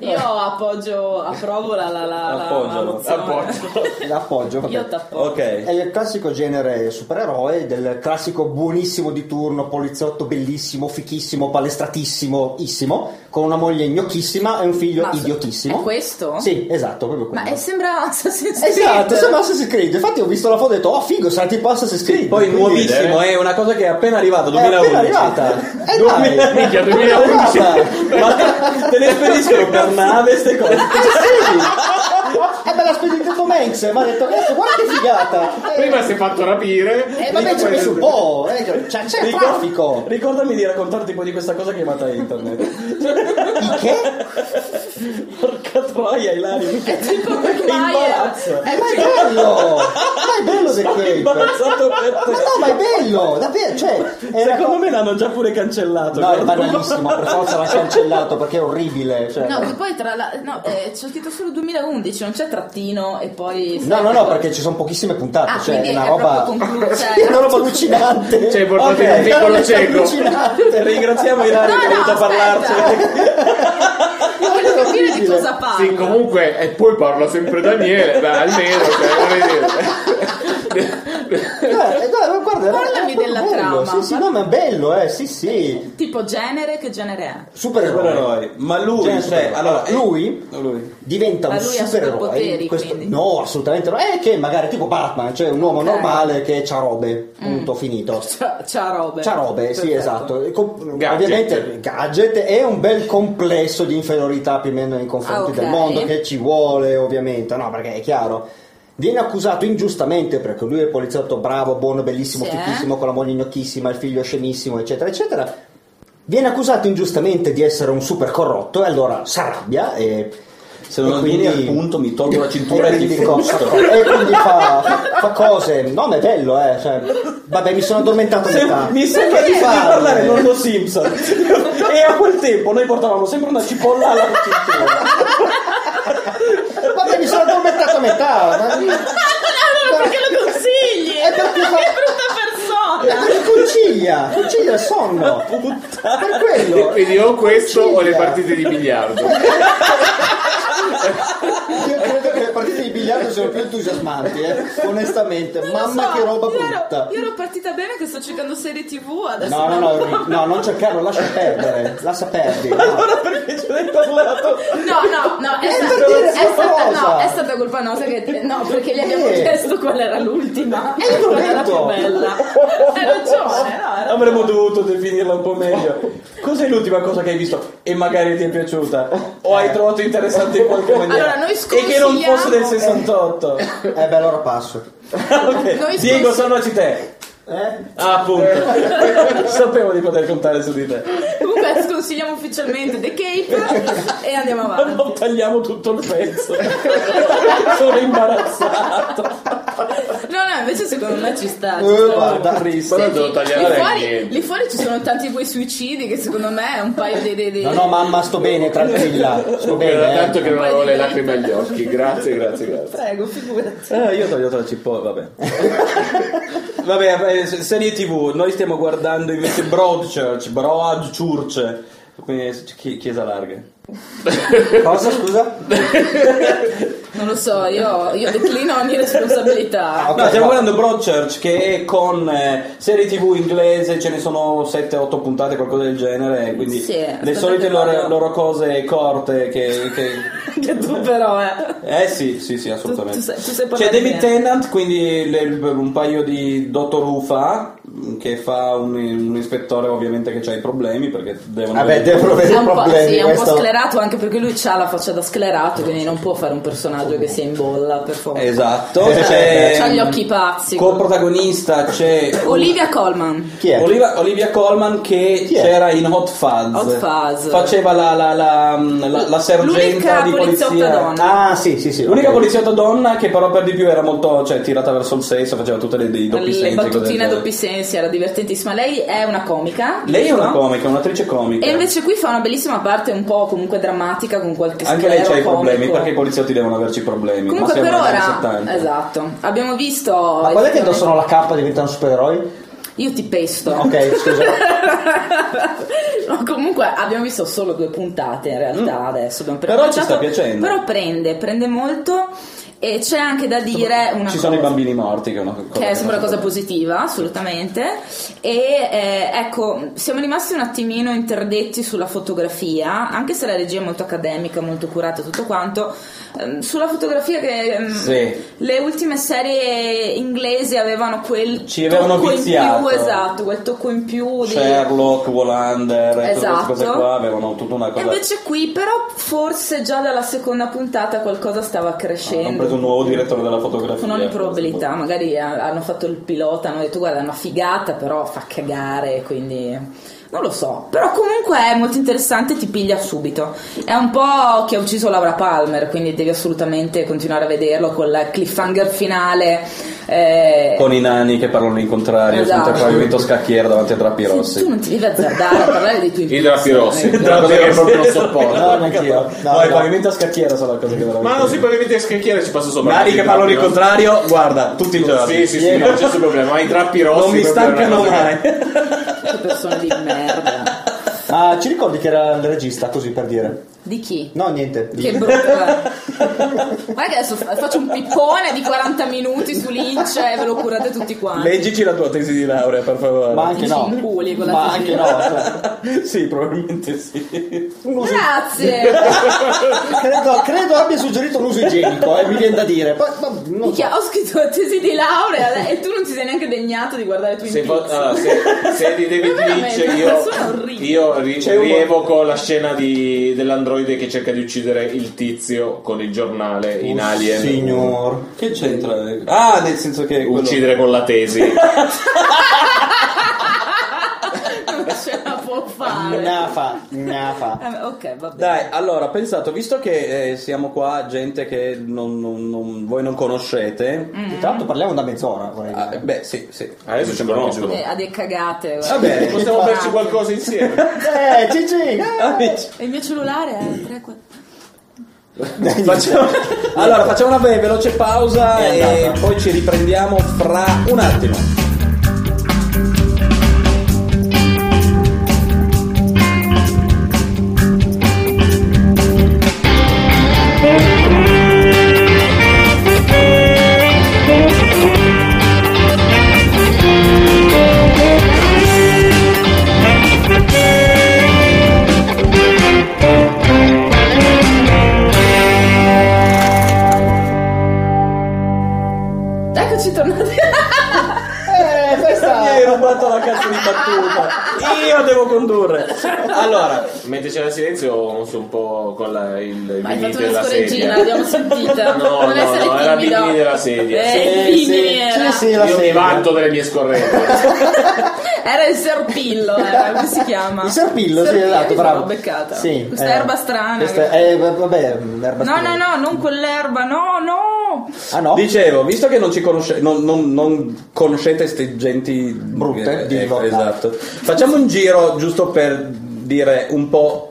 Io appoggio, approvo la, la, la, la- Appoggio, la mozione. L'appoggio, vabbè. Io t'appoggio. Ok. È il classico genere supereroe, del classico buonissimo di turno, poliziotto bellissimo, fichissimo, palestratissimo, issimo, con una moglie gnocchissima e un figlio Ma se- idiotissimo. è questo? Sì, esatto, proprio Ma quello. è, sembra Assassin's Creed. Esatto, sembra Assassin's Creed. Infatti ho visto la foto e ho detto, oh figo, sarà tipo Assassin's Creed. Poi Quindi- nuovissimo, è una cosa che è appena arrivata, È appena 2011. arrivata. Eh dai, Minchia, è 2011. arrivata. Ma te le spediscono per nave ste cose. Eh beh, l'ha spedito Tom Hanks, ma ha detto, cazzo, guarda che figata. Eh, Prima si è fatto rapire. eh, vabbè, ci ho messo un po', eh, cioè, c'è il Ricor- traffico. Ricordami di raccontare tipo di questa cosa chiamata internet. Che? Porca troia, Ilario. È tipo Maguire. imbarazzo. Cioè, Eh, ma è bello! Ma è bello The Cape! Ma Imbarazzato per te. no, ma è bello! Davvero, cioè... è una Secondo co- me l'hanno già pure cancellato. No, è guarda. banalissimo, per forza l'ha cancellato perché è orribile. Cioè. No, che No, poi tra la... No, eh, c'ho scritto solo 2011, non c'è trattino e poi... no, no, perché ci sono pochissime puntate, Ah, cioè quindi è una è roba... proprio conclu- cioè- è una roba allucinante. Cioè, portate Ok, un piccolo è una cieco. allucinante. Ringraziamo Ilario No, che è no, venuto a aspetta. parlarci. Voglio capire di Orribile. cosa parla. Sì, comunque, e poi parla sempre Daniele, beh, almeno, cioè, vorrei dire. Guarda, guarda, guarda, era- Parlami era proprio della bello, trama, sì, sì, sì, no, ma è bello, eh, sì, sì. Tipo genere, che genere è? Supereroe. Supereroi. Ma lui, Genere cioè, supereroe. allora, eh, lui lui. diventa Ma un lui ha supereroe. superpoteri, questo- quindi. no, assolutamente no. È che magari tipo Batman, cioè un uomo Ok. Mm. normale che c'ha robe. Punto, finito. Ciao, ciao Robert. C'ha robe, sì, Perfetto. esatto. E com- Gadget. Ovviamente gadget è un bel complesso di inferiorità più o meno nei confronti Ah, ok. del mondo che ci vuole, ovviamente, no, perché è chiaro. Viene accusato ingiustamente perché lui è poliziotto bravo, buono, bellissimo, Sì. fichissimo, con la moglie gnocchissima, il figlio scemissimo, eccetera, eccetera. Viene accusato ingiustamente di essere un super corrotto e allora si arrabbia e... Se non e vieni al quindi- punto mi tolgo la cintura e e ti quindi, co- frusto. e quindi fa, fa cose. No, ma è bello, eh. cioè, vabbè, mi sono addormentato a metà. Mi sembra di sentire Perché farlo? parlare Lordo Simpson. e a quel tempo noi portavamo sempre una cipolla alla cintura. Vabbè, mi sono addormentato a metà. Ma... Ah, No, no, perché lo consigli? È perché fa- Che brutta persona! Perché concilia, concilia il sonno. Per E quello. Quindi o questo o le Ciglia. partite di biliardo. Io credo che le partite di biliardo siano più entusiasmanti, eh. Onestamente, Non lo mamma so, che roba io ero- brutta. Io ero partita bene che sto cercando serie tv adesso. No, no, no, Rick, no, non cercarlo, lascia perdere, lascia perdere. no. Perché ce l'hai parlato? No, no, no, è, Eh, per stata, dire è sta stata- cosa. no, è stata colpa nostra che no, perché gli abbiamo Eh. chiesto qual era l'ultima Eh, l'ho qual era la detto. Eh, più bella. Hai ragione, no, era- Avremmo dovuto definirla un po' meglio. Cos'è l'ultima cosa che hai visto e magari ti è piaciuta? O hai trovato interessante in qualche maniera? Eh. Allora, noi e che non fosse del sconsigliamo- 68. Eh beh, allora passo. Ok. Noi Diego, scons- sonaci te. Eh? Ah, appunto. Sapevo di poter contare su di te. Comunque sconsigliamo ufficialmente The Cape e andiamo avanti. Non tagliamo tutto il pezzo. Sono imbarazzato. No, no, invece secondo me ci sta. Ci Eh, sta. guarda. Ma non devo Senti, tagliare lì, fuori, niente. lì fuori ci sono tanti quei suicidi che secondo me è un paio di... di, di- No, no, mamma, sto bene, tranquilla. Sto Era bene. eh. tanto che non avevo le lacrime agli occhi. Grazie, grazie, grazie. Prego, figurati. Eh, io ho tagliato la cipolla, vabbè. vabbè, eh, se- serie TV, noi stiamo guardando invece Broadchurch, Broadchurch, quindi chi- chiesa larga. Cosa, scusa? Non lo so, io, io declino ogni responsabilità. Ah, ok, No, stiamo no. guardando Broadchurch che è con eh, serie TV inglese, ce ne sono 7-8 puntate, qualcosa del genere, quindi Sì, le aspetta solite che loro, vado. loro cose corte che... che- Che tu però, eh. Eh sì, sì, sì, assolutamente. Cioè, Tu- tu sai- tu sai C'è parlare David bene. Tennant, quindi le- un paio di Dottor Ufa, che fa un, un ispettore ovviamente che ha i problemi perché devono... Vabbè, devo È avere un, po', problemi. sì, è un po' questo- sclerato anche perché lui ha la faccia da sclerato, quindi non può fare un personaggio che si imbolla per forza. Esatto. Eh, C'è, c'ha gli occhi pazzi. Co-protagonista c'è... Olivia Colman. Chi è? Oliva- Olivia Colman che Chi è? c'era in Hot Fuzz, Hot Fuzz. faceva la, la, la, la, la sergenta L'unica di poliziotta polizia donna. Ah, sì, sì, sì. L'unica ok. poliziotta donna che però per di più era molto cioè, tirata verso il sesso, faceva tutte le dei doppi Le sensi. cose del battutine a genere. doppi sensi era divertentissima. Lei è una comica. Lei è giusto? una comica, un'attrice comica. E invece qui fa una bellissima parte un po' comunque drammatica con qualche Anche lei ha i sclero problemi, comico. perché i poliziotti devono averci problemi. Comunque ma per siamo negli anni ora 70. esatto. Abbiamo visto Ma qual è che indossano la cappa e diventano supereroi? Io ti pesto. Ok, scusa. No, comunque abbiamo visto solo due puntate in realtà adesso. abbiamo Mm. Però ci sta puntato, piacendo. Però prende, prende molto e c'è anche da dire una Ci cosa. sono i bambini morti, che è una cosa Che è sempre una cosa positiva, assolutamente. E eh, ecco, siamo rimasti un attimino interdetti sulla fotografia, anche se la regia è molto accademica, molto curata, tutto quanto. ehm, Sulla fotografia che ehm, Sì. le ultime serie inglesi avevano quel Ci avevano tocco in viziato. Certo, più, esatto, quel tocco in più di, Sherlock, Wallander, e tutte queste Esatto. cose qua avevano tutta una E cosa. invece qui però forse già dalla seconda puntata qualcosa Ah, stava Hanno crescendo. preso un nuovo direttore della fotografia. con ogni probabilità, magari ha- hanno fatto il pilota, hanno detto guarda è una figata però fa cagare, quindi non lo so. Però comunque è molto interessante, ti piglia subito. È un po' che ha ucciso Laura Palmer, quindi devi assolutamente continuare a vederlo con la cliffhanger finale. eh, Con i nani che parlano in contrario, Esatto. sul intercorrimento scacchiere davanti a drappi Tu rossi. non ti devi azzardare a parlare dei tuoi I drappi rossi. impulsioni. Una cosa che proprio non sopporto. No, neanch'io. No, No, il no. pavimento a scacchiera sono la cosa che veramente. Ma non si può vedere scacchiere, ci passo sopra. Nani che parlano in contrario contrario, guarda, tutti i giorni. Sì, sì, sì, non c'è nessun problema. Ma i drappi rossi Non mi proprio stancano erano- mai. Che persone di merda. Ah, Ma ci ricordi che era il regista, così per dire? Di chi? No, niente. Che brutto è. Guarda che adesso fa- faccio un pippone di 40 minuti su Lynch e ve lo curate tutti quanti. Leggici la tua tesi di laurea, per favore. Ma anche no. Dici in culi con la Ma anche tesina. no. cioè, sì, probabilmente sì. un uso- Grazie! credo, credo abbia suggerito un uso igienico, eh, mi viene da dire. Poi, ma, non so. Minchia, ho scritto la tesi di laurea e tu non ti sei neanche degnato di guardare Twin Se, Peaks. fa- ah, se- se di David Ma veramente, Lynch una persona cioè, io, orribile. io ri- C'è un- rievoco la scena di- dell'androide che cerca di uccidere il tizio con il giornale in eh. Alien Signor. Che c'entra? Ah, nel senso che... quello- uccidere con la tesi Non ce la può fare. Nafa, nafa. Eh, ok, va bene. Dai, allora, pensato, visto che eh, siamo qua, gente che non- non- non- voi non conoscete... Mm. Mm. Intanto parliamo da mezz'ora, vorrei Ah, dire. beh, sì, sì. adesso ci conoscono Eh, ha dei cagate. guarda. Va bene, Eh, possiamo Infatti. berci qualcosa insieme Eh, Cici! eh. Amici, E il mio cellulare è 3 4 facciamo- Allora, facciamo una ve- veloce pausa È e andata. poi ci riprendiamo fra un attimo. Eccoci tornati. Eh, Mi questa... hai rubato la cazzo di battuta. Io devo condurre. Allora, mentre c'era silenzio sono un po' con la, il Ma hai vinile fatto una della scoreggina, sedia l'abbiamo sentita. No, non no, essere no, era timido. Bimini della sedia. Eh, Sì, Bimini sì, era. sì, sì, la io mi sedia. vanto delle mie scorrenti Era il serpillo, era, come si chiama? Il serpillo, sì, esatto, mi bravo. L'ho beccata. Sì, Questa eh, erba strana. Questa, che- eh, vabbè, No, erba no, strana. no, non quell'erba, no, no. Ah no? dicevo, visto che non ci conosce- non, non- non conoscete ste genti Brutte, di eh, ecco, Londra. esatto. Facciamo un giro giusto per dire un po'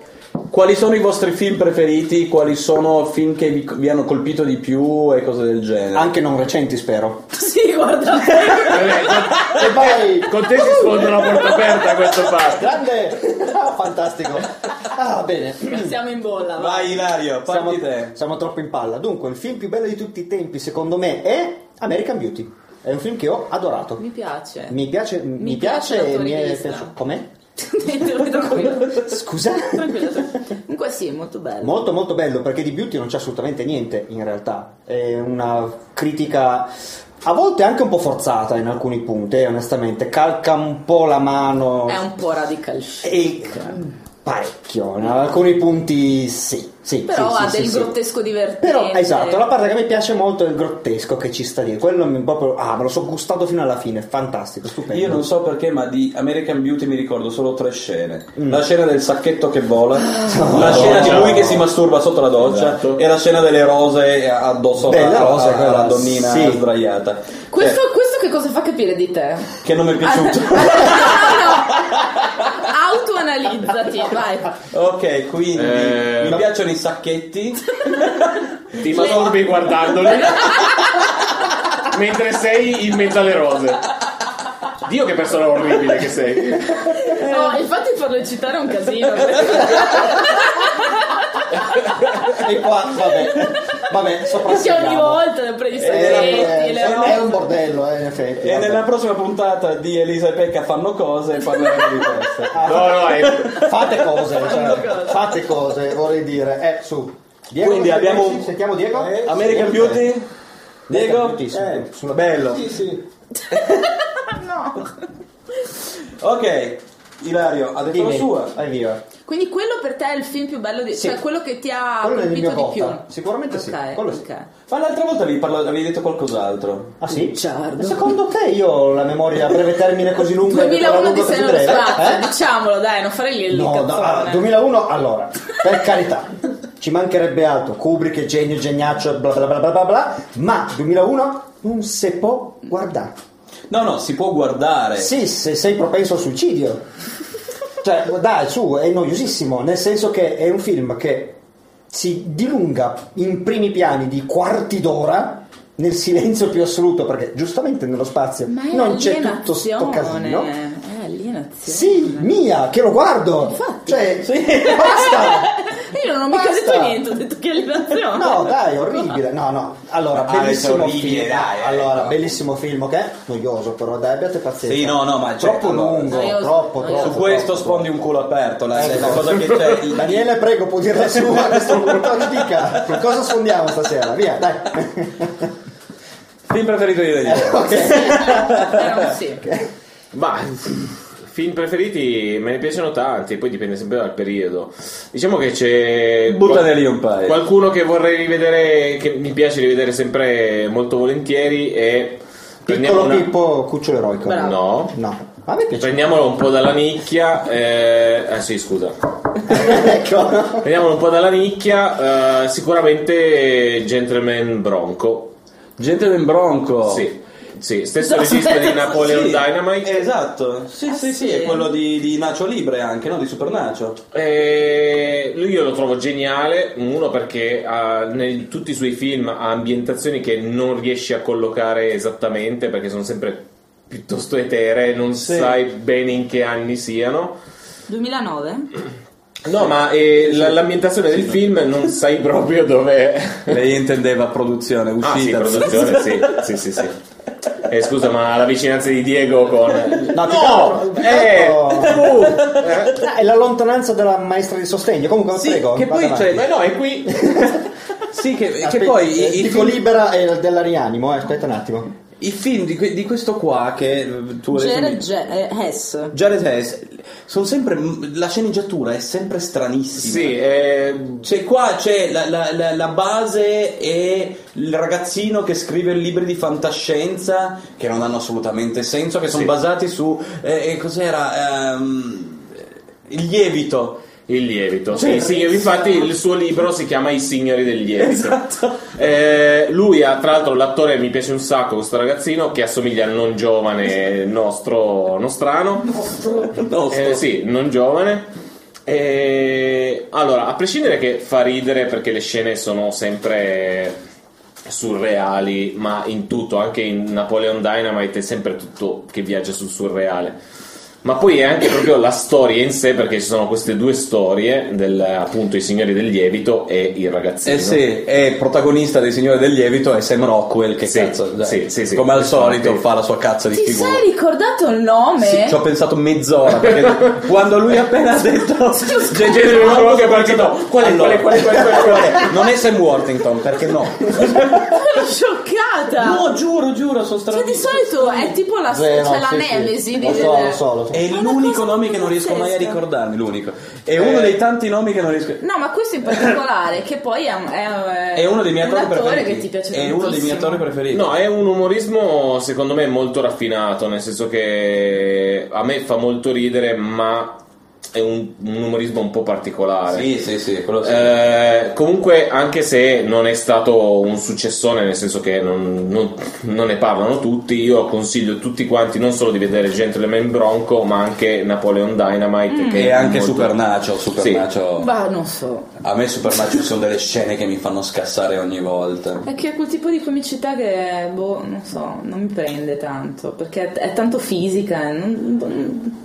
quali sono i vostri film preferiti, quali sono film che vi, vi hanno colpito di più e cose del genere. Anche non recenti, spero. Sì, guarda. E poi... con te si sfonda una porta aperta a questo fatto Grande! Ah, fantastico. Ah, bene. Siamo in bolla. va. Vai Ilario, Siamo, parti te. siamo troppo in palla. Dunque, il film più bello di tutti i tempi, secondo me, è American Beauty. È un film che ho adorato. Mi piace. Mi piace, mi Mi piace piace, la e tua mi è rivista. piaciuto. Com'è? Tranquillo, tranquillo. Scusa? tranquillo. Comunque sì, è molto bello. Molto molto bello perché di beauty non c'è assolutamente niente in realtà. È una critica a volte anche un po' forzata in alcuni punti, eh, onestamente. Calca un po' la mano. È un po' radical chic. E parecchio, in alcuni punti sì, sì. Però Eh, sì, ha sì, del sì, sì. grottesco divertente. Però esatto, la parte che mi piace molto è il grottesco che ci sta dietro. Quello mi proprio ah, me lo so gustato fino alla fine, fantastico, stupendo. Io non so perché, ma di American Beauty mi ricordo solo tre scene: la scena del sacchetto che vola, Ah. la scena di lui che si masturba sotto la doccia Esatto. e la scena delle rose addosso Beh, alla, la rosa è alla- quella, alla donnina sì. sdraiata. Questo, Eh. questo che cosa fa capire di te? Eh, che non mi è piaciuto. Ah, Autoanalizzati, vai. ok, quindi Eh, mi no. piacciono i sacchetti. ti masturbi guardandoli mentre sei in mezzo alle rose Dio che persona orribile che sei Eh. No, Oh, infatti farlo citare è un casino. perché- E qua, vabbè, vabbè, sopra Perché ogni volta ne prendi i sacchetti, le è Eh, un robe. bordello, eh, in effetti. e vabbè. nella prossima puntata di Elisa e Pecca fanno cose e parleremo di questo. no no è Fate cose, cioè, fate cose, vorrei dire. Eh, su. Diego, Quindi se- abbiamo- sì, Sentiamo Diego? American Sì, Beauty? Diego? American Beauty, sì. Eh, bello. sì. Ok, Ilario ha detto la Dimmi, sua. vai via. Quindi quello per te è il film più bello, di... Sì. cioè quello che ti ha Quello è il colpito mio di più. Cotta. Sicuramente sì, Ok, quello sì. ok. Ma l'altra volta avevi, parla- avevi detto qualcos'altro. Ah sì? Giardo. Ma Secondo te io ho la memoria a breve termine così lunga? che quella 2001 lunga di così Seno nello breve? spazio, Eh? diciamolo dai, non fare il No, ah, da- allora, cazzone. 2001, allora, per carità, ci mancherebbe altro, Kubrick è genio, geniaccio, bla bla bla bla bla bla, ma 2001 non si può guardare. No, no, si può guardare. Sì, se sei propenso al suicidio. Cioè, dai, su, è noiosissimo, nel senso che è un film che si dilunga in primi piani di quarti d'ora nel silenzio più assoluto, perché giustamente nello spazio Ma è non c'è tutto sto alienazione, eh, casino. È alienazione. Sì, mia, che lo guardo! Infatti. Cioè, basta! Io non ho mica Basta. detto niente, ho detto che eliminazione. No, dai, orribile. No, no. Allora, Ah, bellissimo adesso orribile, film. dai, eh, allora, no. bellissimo film, ok? Noioso, però dai, abbiate pazienza. Sì, no, no, ma cioè, troppo allora, lungo, noioso, troppo, noioso. troppo. Su questo troppo. spondi un culo aperto, la, Eh, la no. cosa che c'è. il- Daniele, prego, può dire la sua a questo punto, ci dica. Su Cosa sfondiamo stasera? Via, dai. Film preferito di Daniele. Però Eh, sì. Ma film preferiti me ne piacciono tanti, poi dipende sempre dal periodo. Diciamo che c'è Buttane lì un paio. qualcuno che vorrei rivedere, che mi piace rivedere sempre molto volentieri e Piccolo prendiamo una- Pippo, cucciolo eroico. No. No. A me piace. Prendiamolo un po' dalla nicchia, eh, ah sì scusa, ecco. prendiamolo un po' dalla nicchia, eh, sicuramente Gentleman Bronco, Gentleman Bronco. sì, sì, stesso No, regista di aspetta, Napoleon Oh. Sì, Dynamite, Esatto. Sì, Ah, sì, sì, sì. è quello di, di Nacho Libre anche, no? Di Super Nacho. Eh, lui io lo trovo geniale, uno perché ha, in tutti i suoi film ha ambientazioni che non riesci a collocare esattamente perché sono sempre piuttosto eteree, non Sì. sai bene in che anni siano. 2009? No, ma eh, la- l'ambientazione del film non sai proprio dov'è. Lei intendeva produzione, Ah sì, uscita. produzione, sì, sì, sì, sì. Eh, scusa, ma la vicinanza di Diego con... No, No! più che Eh! altro- Ah, è la lontananza della maestra di sostegno. Comunque, Eh! Sì, prego. che vada poi, avanti. cioè, Ma no, è qui... Sì, che, che Aspetta, poi i- eh, i, dico film, libera e della rianimo, eh, aspetta un attimo. i film di, que- di questo qua che eh, tu hai Jared detto- Ge- eh, Hess. Jared Hess, sono sempre. La sceneggiatura è sempre stranissima. Sì, eh, Cioè, qua c'è la, la- la- la base e il ragazzino che scrive libri di fantascienza che non hanno assolutamente senso, che sono Sì. basati su. eh, eh, cos'era? Ehm, il lievito. Il lievito. Sì, Sì, sì. signori, infatti il suo libro si chiama I signori del lievito. Esatto. Eh, lui ha, tra l'altro, l'attore mi piace un sacco, questo ragazzino che assomiglia al non giovane nostro, nostrano. No, sto- Eh, sì, non giovane. Eh, allora, a prescindere che fa ridere perché le scene sono sempre surreali, ma in tutto, anche in Napoleon Dynamite è sempre tutto che viaggia sul surreale. Ma poi è anche proprio la storia in sé, perché ci sono queste due storie, del, appunto i signori del lievito e il ragazzino. Eh sì, è protagonista dei Signore del Lievito è Sam Rockwell che Sì, cazzo, dai. sì, sì, sì. come al solito Infatti. fa la sua cazzo di Ti figura. sei ricordato il nome? Sì, ci ho pensato mezz'ora perché quando lui ha appena detto Cioè, gente, non lo che perché no. Qual è, qual Allora, è, qual è, qual è, qual è, qual è? non è Sam Worthington perché no Sono scioccata. no giuro giuro sono Cioè, di solito è tipo la, Zero, c'è la sì, sì. nemesi di Lo so, lo so, lo so. è Ma una l'unico cosa nome che non riesco mai a pazzesca. ricordarmi l'unico è uno dei tanti nomi che non riesco No, ma questo in particolare, che poi è, un- è- è uno dei miei un attori attore preferiti che ti piace è uno dei miei attori preferiti No, è un umorismo secondo me molto raffinato, nel senso che a me fa molto ridere, ma è un, un umorismo un po' particolare. sì sì sì quello sì. Eh, comunque, anche se non è stato un successone, nel senso che non, non- non ne parlano tutti, io consiglio a tutti quanti non solo di vedere Gentleman Bronco, ma anche Napoleon Dynamite. Che e è anche molto- Supernacio Supernacio Ma non so. a me Supernacio ci sono delle scene che mi fanno scassare ogni volta È che è quel tipo di comicità che, boh, non so, non mi prende tanto. Perché è tanto fisica. eh, non-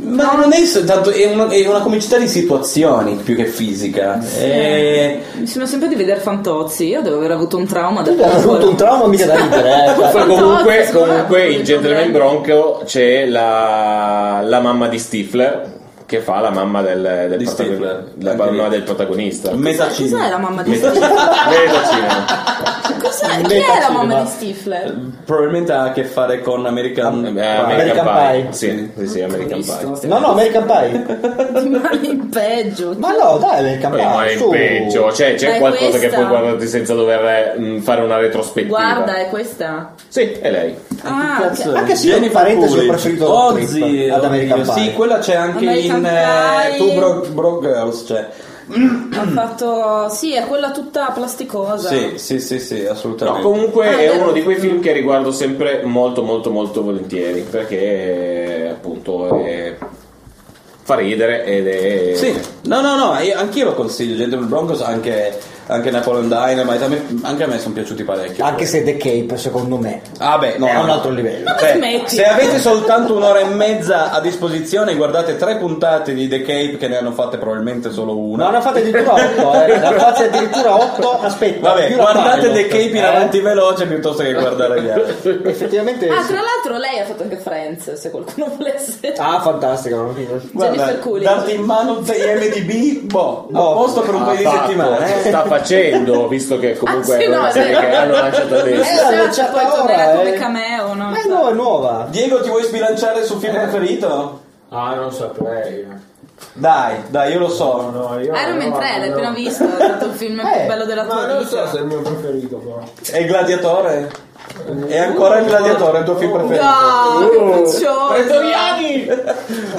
Ma non è soltanto, è una, è una comicità di situazioni più che fisica. Eh. Eh. È- cioè, Mi sembra sempre di vedere Fantozzi. Io devo aver avuto un trauma da Tu hai piccolo. avuto un trauma mica da ridere, eh. cioè. Poi comunque, Fantozzi, comunque guarda, in Gentleman problemi. Bronco c'è la, la mamma di Stifler che fa la mamma del, del Di protagon- Stifler, la anche mamma lì. del protagonista. Metacine. Cos'è la mamma di Meta- Stifler? Metacinema. Cos'è? Chi Meta è la mamma cinema. di Stifler? Probabilmente ha a che fare con American... Eh, Cioè, American American Pie. Pie. Sì, sì, sì, American Pie. No, no, American Pie. Ma in peggio. Ma no, dai, American Eh, ma è Pie. in su. peggio, cioè c'è Ma è qualcosa che Ah, questa? puoi guardarti senza dover mm, fare una retrospettiva. Guarda, è questa. Sì, è lei. Ah, ok. Anche se io, in parentesi, ho preferito Road Ozzy Trip ad American Pie. Sì, quella c'è anche American in eh, Pie. Two Broke, Broke Girls. Cioè. ha fatto. Sì, è quella tutta plasticosa. Sì, sì, sì, sì, No, assolutamente. comunque Ah, è vero. uno di quei film che riguardo sempre molto molto molto volentieri perché eh, appunto è- fa ridere ed è Sì, no, no, no, io, anch'io lo consiglio. Gentleman Broncos anche anche Napoleon Dynamite, a me- anche a me sono piaciuti parecchio. Anche se The Cape, secondo me, Ah beh, no, Ah, è no, a un no. altro livello. Ma Cioè, smetti. se avete soltanto un'ora e mezza a disposizione, guardate tre puntate di The Cape che ne hanno fatte probabilmente solo una. No, ne ha fatte addirittura 8, eh. ne ha fatte addirittura 8, aspetta. Vabbè, più la guardate Paramount, The Cape in eh. avanti veloce piuttosto che guardare gli altri. Effettivamente Ah, sì. tra l'altro lei ha fatto anche Friends, se qualcuno volesse. Ah, fantastico. Jennifer Coolidge. darti in mano IMDB, boh, Boh. a posto per un paio di fatto, settimane. eh. sta facendo visto che comunque Anzi, è una Ah, no, serie è che vero. hanno lanciato Eh, adesso Eh, l'ha sì, lanciata poi ora, tornerà come eh. cameo, no? Ma è nuova, è nuova. Diego, ti vuoi sbilanciare sul film preferito? Ah, non saprei. Dai, dai, io lo so. No, io Iron Man no, 3 l'hai no. appena visto, è stato il film più Eh, bello della Ma tua non vita. so se è il mio preferito, però. E il gladiatore? È ancora il gladiatore il tuo film preferito? No, che puccioso.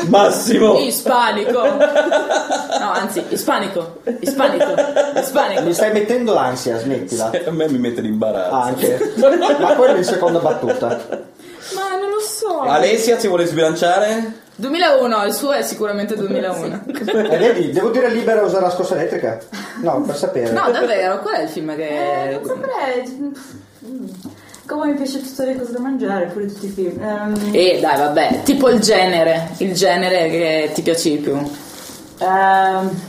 Massimo! Ispanico. No, anzi, ispanico. Ispanico. Mi Ispanico. stai mettendo l'ansia, smettila. A me mi mette l'imbarazzo. Anche. Ma quella è in seconda battuta. Ma non lo so. Alessia si vuole sbilanciare? 2001, il suo è sicuramente 2001. E Eh, vedi, devo dire libera a usare la scossa elettrica? No, per sapere. No, davvero, qual è il film Eh, che... non saprei. Mm. Come mi piace tutte le cose da mangiare, pure tutti i film. Ehm, Eh, dai, vabbè, tipo il genere, il genere che ti piace di più. ehm,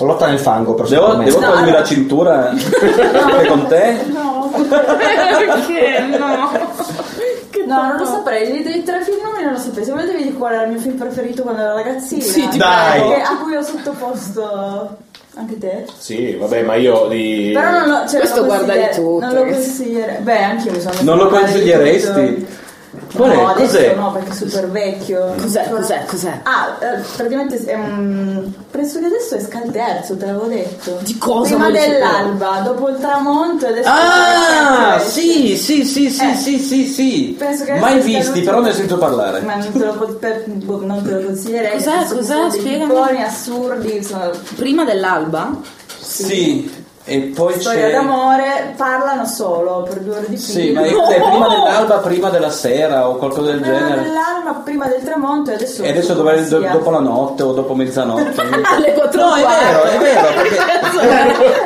Lotta nel fango, per Devo, sapere. devo No, togliermi allora- la cintura? È con te? no, Perché no? Che no, non lo saprei. Dei, dei tre film non lo saprei. Se volete vi dico qual era il mio film preferito quando ero ragazzina. Sì, ti Dai. prego. Che- A cui ho sottoposto anche te. sì vabbè ma io di Però non lo, cioè, Questo non lo guarda di consigliere- tutto, Non lo ragazzi. consiglierei. Beh, anche io mi sono Non lo guarda di consiglieresti? tutto. Qual è? No, adesso Cos'è? no, perché è super vecchio. Cos'è, Ancora- cos'è, cos'è? Ah, eh, praticamente è un... penso che adesso esca il terzo, te l'avevo detto. Di cosa Prima voglio sapere? dell'alba, dopo il tramonto adesso... Ah, Eh, sì, sì, sì, sì, Eh. sì, sì, sì. Penso che Mai sia visti, l'ultimo. però ne sento parlare. Ma non te lo, pot- per- boh, non te lo consiglierei. Cos'è, nel senso che cos'è? sono dei Spiegami. Buoni, assurdi, sono Prima dell'alba? Sì, e poi storie c'è... d'amore, parlano solo per due ore di film. Sì, ma è, è prima dell'alba, prima della sera o qualcosa del Prima genere. dell'alba, prima del tramonto e adesso... E adesso dov'è il- do- dopo la notte o dopo mezzanotte? Alle 4 No, è vero, è vero, perché-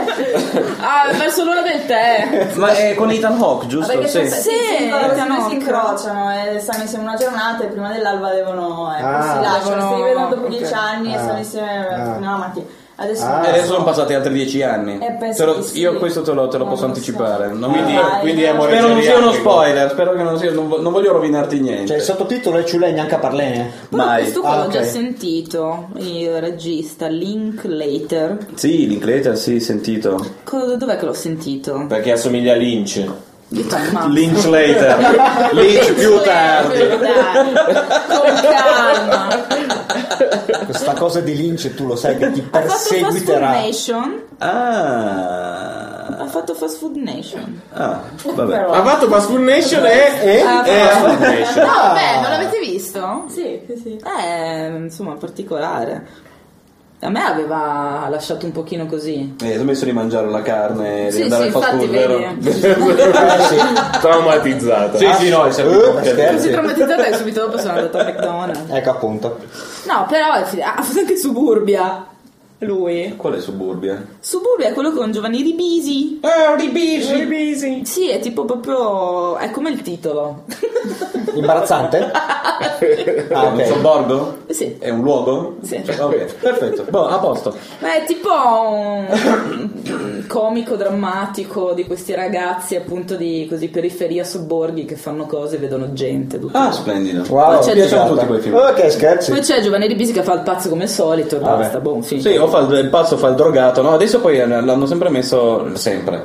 Ah, ho perso l'ora del tè. ma è con Ethan Hawke, giusto? perché Sì. sono- Sì, Sì, sì, loro siamo si in incrociano e stanno insieme una giornata e prima dell'alba devono eh, Ah. si lasciano, Devono- si rivedono dopo ok. dieci anni e Ah. stanno insieme Ah. fino alla mattina. Adesso Ah. E adesso Eh, sono passati altri dieci anni. Eh, penso Te lo- di sì. Io questo te lo, te lo Non posso lo anticipare. so. Ah, Non mi quindi, dico. Dai, quindi no. è amore Spero non sia uno geriatrico. spoiler, spero che non sia, non, vo- non voglio rovinarti Cioè, niente. il sottotitolo è Ciulegna anche a Parlene. Però Mai. questo qua Ah, l'ho già ok. sentito, il regista Linklater. Cioè, Sì, l'incleta, sì, sentito. Co- Dov'è che l'ho sentito? perché assomiglia a Lynch Io t'ammazzo. Lynch later. Lynch più tardi. Più tardi. Con calma. Questa cosa di Lynch tu lo sai che ti Ha fatto Fast Food perseguiterà. Nation. Ah. Ha fatto Fast Food Nation. Ah, vabbè. ha fatto Fast Food Nation Eh? e Eh, Ah, e Fast Food Nation No, vabbè, Ah. non l'avete visto? Sì, sì, sì. Eh, insomma, particolare. A me aveva lasciato un pochino così. Eh, ho smesso di mangiare la Eh, carne, di Sì, sì, andare al fast infatti, food, vero? vedi. traumatizzata Sì, sì, no, è Eh, servito. ma Così scherzi. traumatizzata che subito dopo sono andata a McDonald's. Ecco appunto. No, però è fi- ha fatto anche Suburbia. Lui. Qual è Suburbia? Suburbia è quello con Giovanni Ribisi. Ah, ribisi, ribisi. Sì, è tipo proprio. È come il titolo. Imbarazzante? Ah, Ah, è un ok. sobborgo? Sì. È un luogo? Sì. Ok, perfetto. Boh, a posto. Ma è tipo un comico drammatico di questi ragazzi appunto di così periferia sobborghi che fanno cose e vedono gente. tutto. Ah, splendido. Wow, Poi c'è Mi piacciono figata. tutti quei film. Ok, scherzi. Poi c'è Giovanni Ribisi che fa il pazzo come al solito e Vabbè. basta, buon film. Sì, o fa il, il pazzo fa il drogato, no? Adesso poi eh, l'hanno sempre messo. Sempre.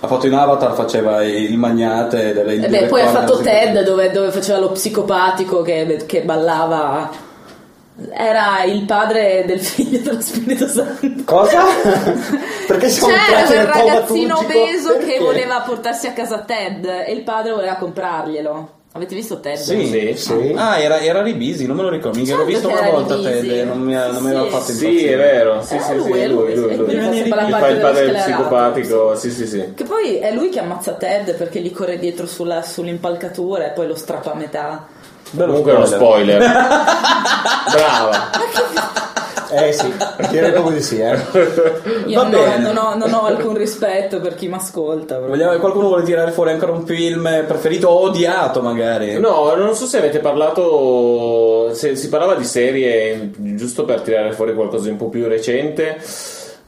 Ha fatto in Avatar, faceva il magnate delle E Eh, beh, delle poi ha corna, fatto sì. Ted dove, dove faceva lo psicopatico che, che ballava. Era il padre del figlio dello Spirito Santo. Cosa? Perché siamo C'era entrati quel nel ragazzino taumaturgico? obeso che Perché? voleva portarsi a casa Ted e il padre voleva comprarglielo. Avete visto Ted? Sì. Sì. Ah, era, era Ribisi, non me lo ricordo. Mica l'ho visto Certo che una era volta Ribisi. Ted e non mi, ha- non mi aveva Sì. fatto sì è impazzire. vero sì Eh, sì sì lui, è lui lui, lui e quindi fa sempre la Gli fa parte il padre dello del sclerato. psicopatico sì sì sì Che poi è lui che ammazza Ted perché gli corre dietro sulla- sull'impalcatura e poi lo strappa a metà. Bello comunque è uno spoiler brava Eh sì, direi proprio di sì, eh. Io Va non ho, bene. non ho- non ho alcun rispetto per chi mi ascolta. proprio. Vogliamo- qualcuno vuole tirare fuori ancora un film preferito o odiato magari? No, non so se avete parlato. Se si parlava di serie, giusto per tirare fuori qualcosa di un po' più recente.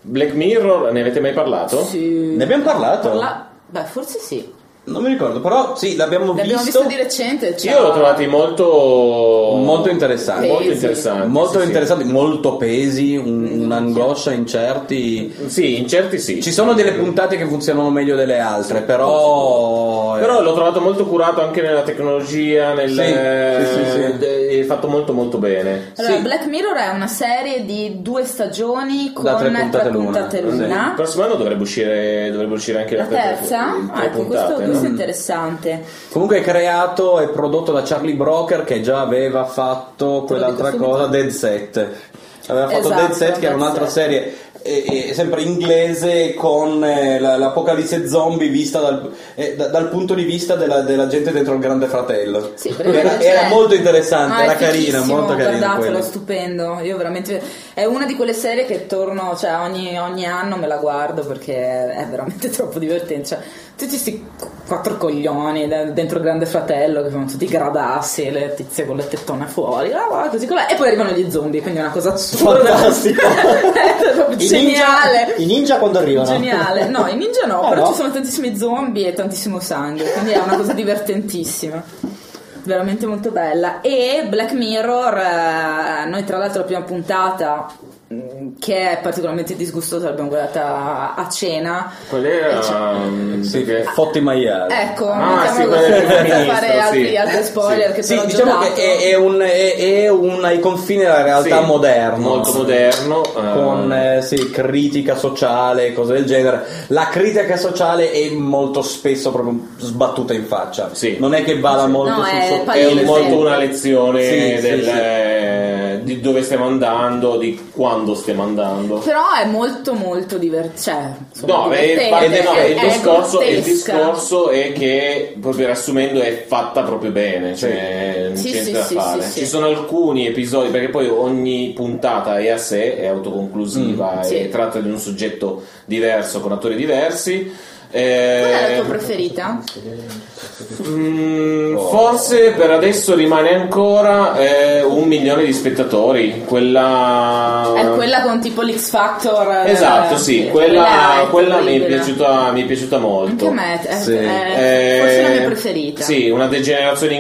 Black Mirror, ne avete mai parlato? Sì. Ne abbiamo parlato? Parla- Beh, forse sì. Non mi ricordo, però sì, l'abbiamo L'abbiamo visto, visto. di recente. cioè- Io l'ho trovato molto. Molto interessante. Molto Pesi. interessante. Eh, Molto sì, sì. interessante, molto pesi, un- un'angoscia in certi. Sì, in certi sì. Ci sono delle puntate che funzionano meglio delle altre, però. Però l'ho trovato molto curato anche nella tecnologia, nel. Sì, sì, sì, sì. eh, È fatto molto, molto bene. Allora, Sì. Black Mirror è una serie di due stagioni con Da tre puntate l'una. puntate Sì. l'una. Il prossimo anno dovrebbe uscire, dovrebbe uscire anche La la, terza? le Ah, tre ecco, questo, puntate, no? questo è interessante. Comunque è creato e prodotto da Charlie Broker che già aveva fatto quell'altra subito. cosa, Dead Set. Aveva fatto Esatto, Dead Set che era Dead un'altra Set. serie eh, eh, sempre inglese con eh, la- l'apocalisse zombie vista dal, eh, da- dal punto di vista della, della gente dentro il grande fratello. Sì, perché era, c'è- era molto interessante, No, è era carina, fighissimo, molto carina. Guardatelo, quella. è stupendo. Io veramente è una di quelle serie che torno, cioè ogni, ogni anno me la guardo perché è veramente troppo divertente. Cioè, tutti questi quattro coglioni de- dentro il Grande Fratello che sono tutti gradassi, e le tizie con le tettone fuori, ah, guarda, così com'è. e poi arrivano gli zombie, quindi è una cosa assurda. Fantastico. È proprio I ninja- geniale. I ninja quando arrivano. Geniale, no, i ninja no, Ah, però no? ci sono tantissimi zombie e tantissimo sangue, quindi è una cosa divertentissima. Veramente molto bella. E Black Mirror, eh, noi tra l'altro la prima puntata mh, che è particolarmente disgustosa l'abbiamo guardata a cena. Qual Eh, era? cioè, mm, Sì, perché- Ah, fotti maiali. Ecco, Ah, mettiamola sì, così, quella del senza ministro, fare altri, sì. altri spoiler che Sì, però già diciamo che dato. è, è un, è, è un ai confini della realtà Sì, moderna. Molto moderno. eh, con eh, sì, critica sociale, cose del genere. La critica sociale è molto spesso proprio sbattuta in faccia. Sì. Non è che vada molto No, sul è sottile. è un- Palese. molto una lezione Sì, sì, del, sì. eh, di dove stiamo andando, di quando stiamo andando. Però è molto molto divertente. Cioè, insomma, No, è- divertente, ed è- no, il, è discorso, il grottesca. discorso è che, proprio riassumendo, è fatta proprio bene, cioè non Sì, c'è niente sì, da sì, fare. sì, sì. Ci sono alcuni episodi, perché poi ogni puntata è a sé, è autoconclusiva, Mm, e sì. tratta di un soggetto diverso, con attori diversi. Qual è Eh, la tua preferita? Oh. Mm, Forse per adesso rimane ancora eh, un milione di spettatori. Quella. È quella con tipo l'X Factor. eh, Eh, Esatto, sì, quella, è quella mi, è terribile. piaciuta, mi è piaciuta molto. Anche a me, è, Sì. è Eh, forse la mia preferita. Sì, una degenerazione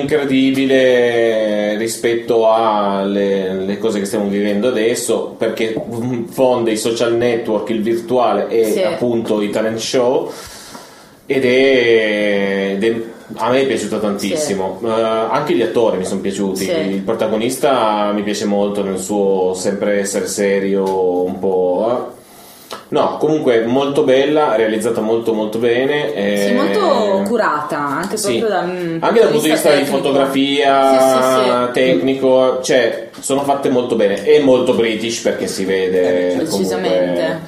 incredibile rispetto alle le cose che stiamo vivendo adesso, perché mm, fonde i social network, il virtuale e Sì. appunto i talent show. Ed è, ed è- a me è piaciuta tantissimo. Eh, anche gli attori mi sono piaciuti. Sì. Il protagonista mi piace molto nel suo sempre essere serio, un po'. eh. No, comunque molto bella, realizzata molto molto bene. eh, Sì, molto curata, anche sì. proprio da, mm, Anche dal punto di vista di tecnico. Sì, sì, fotografia, eh, sì. tecnico, cioè sono fatte molto bene e molto british perché si vede comunque- Eh, Eh, Decisamente. È,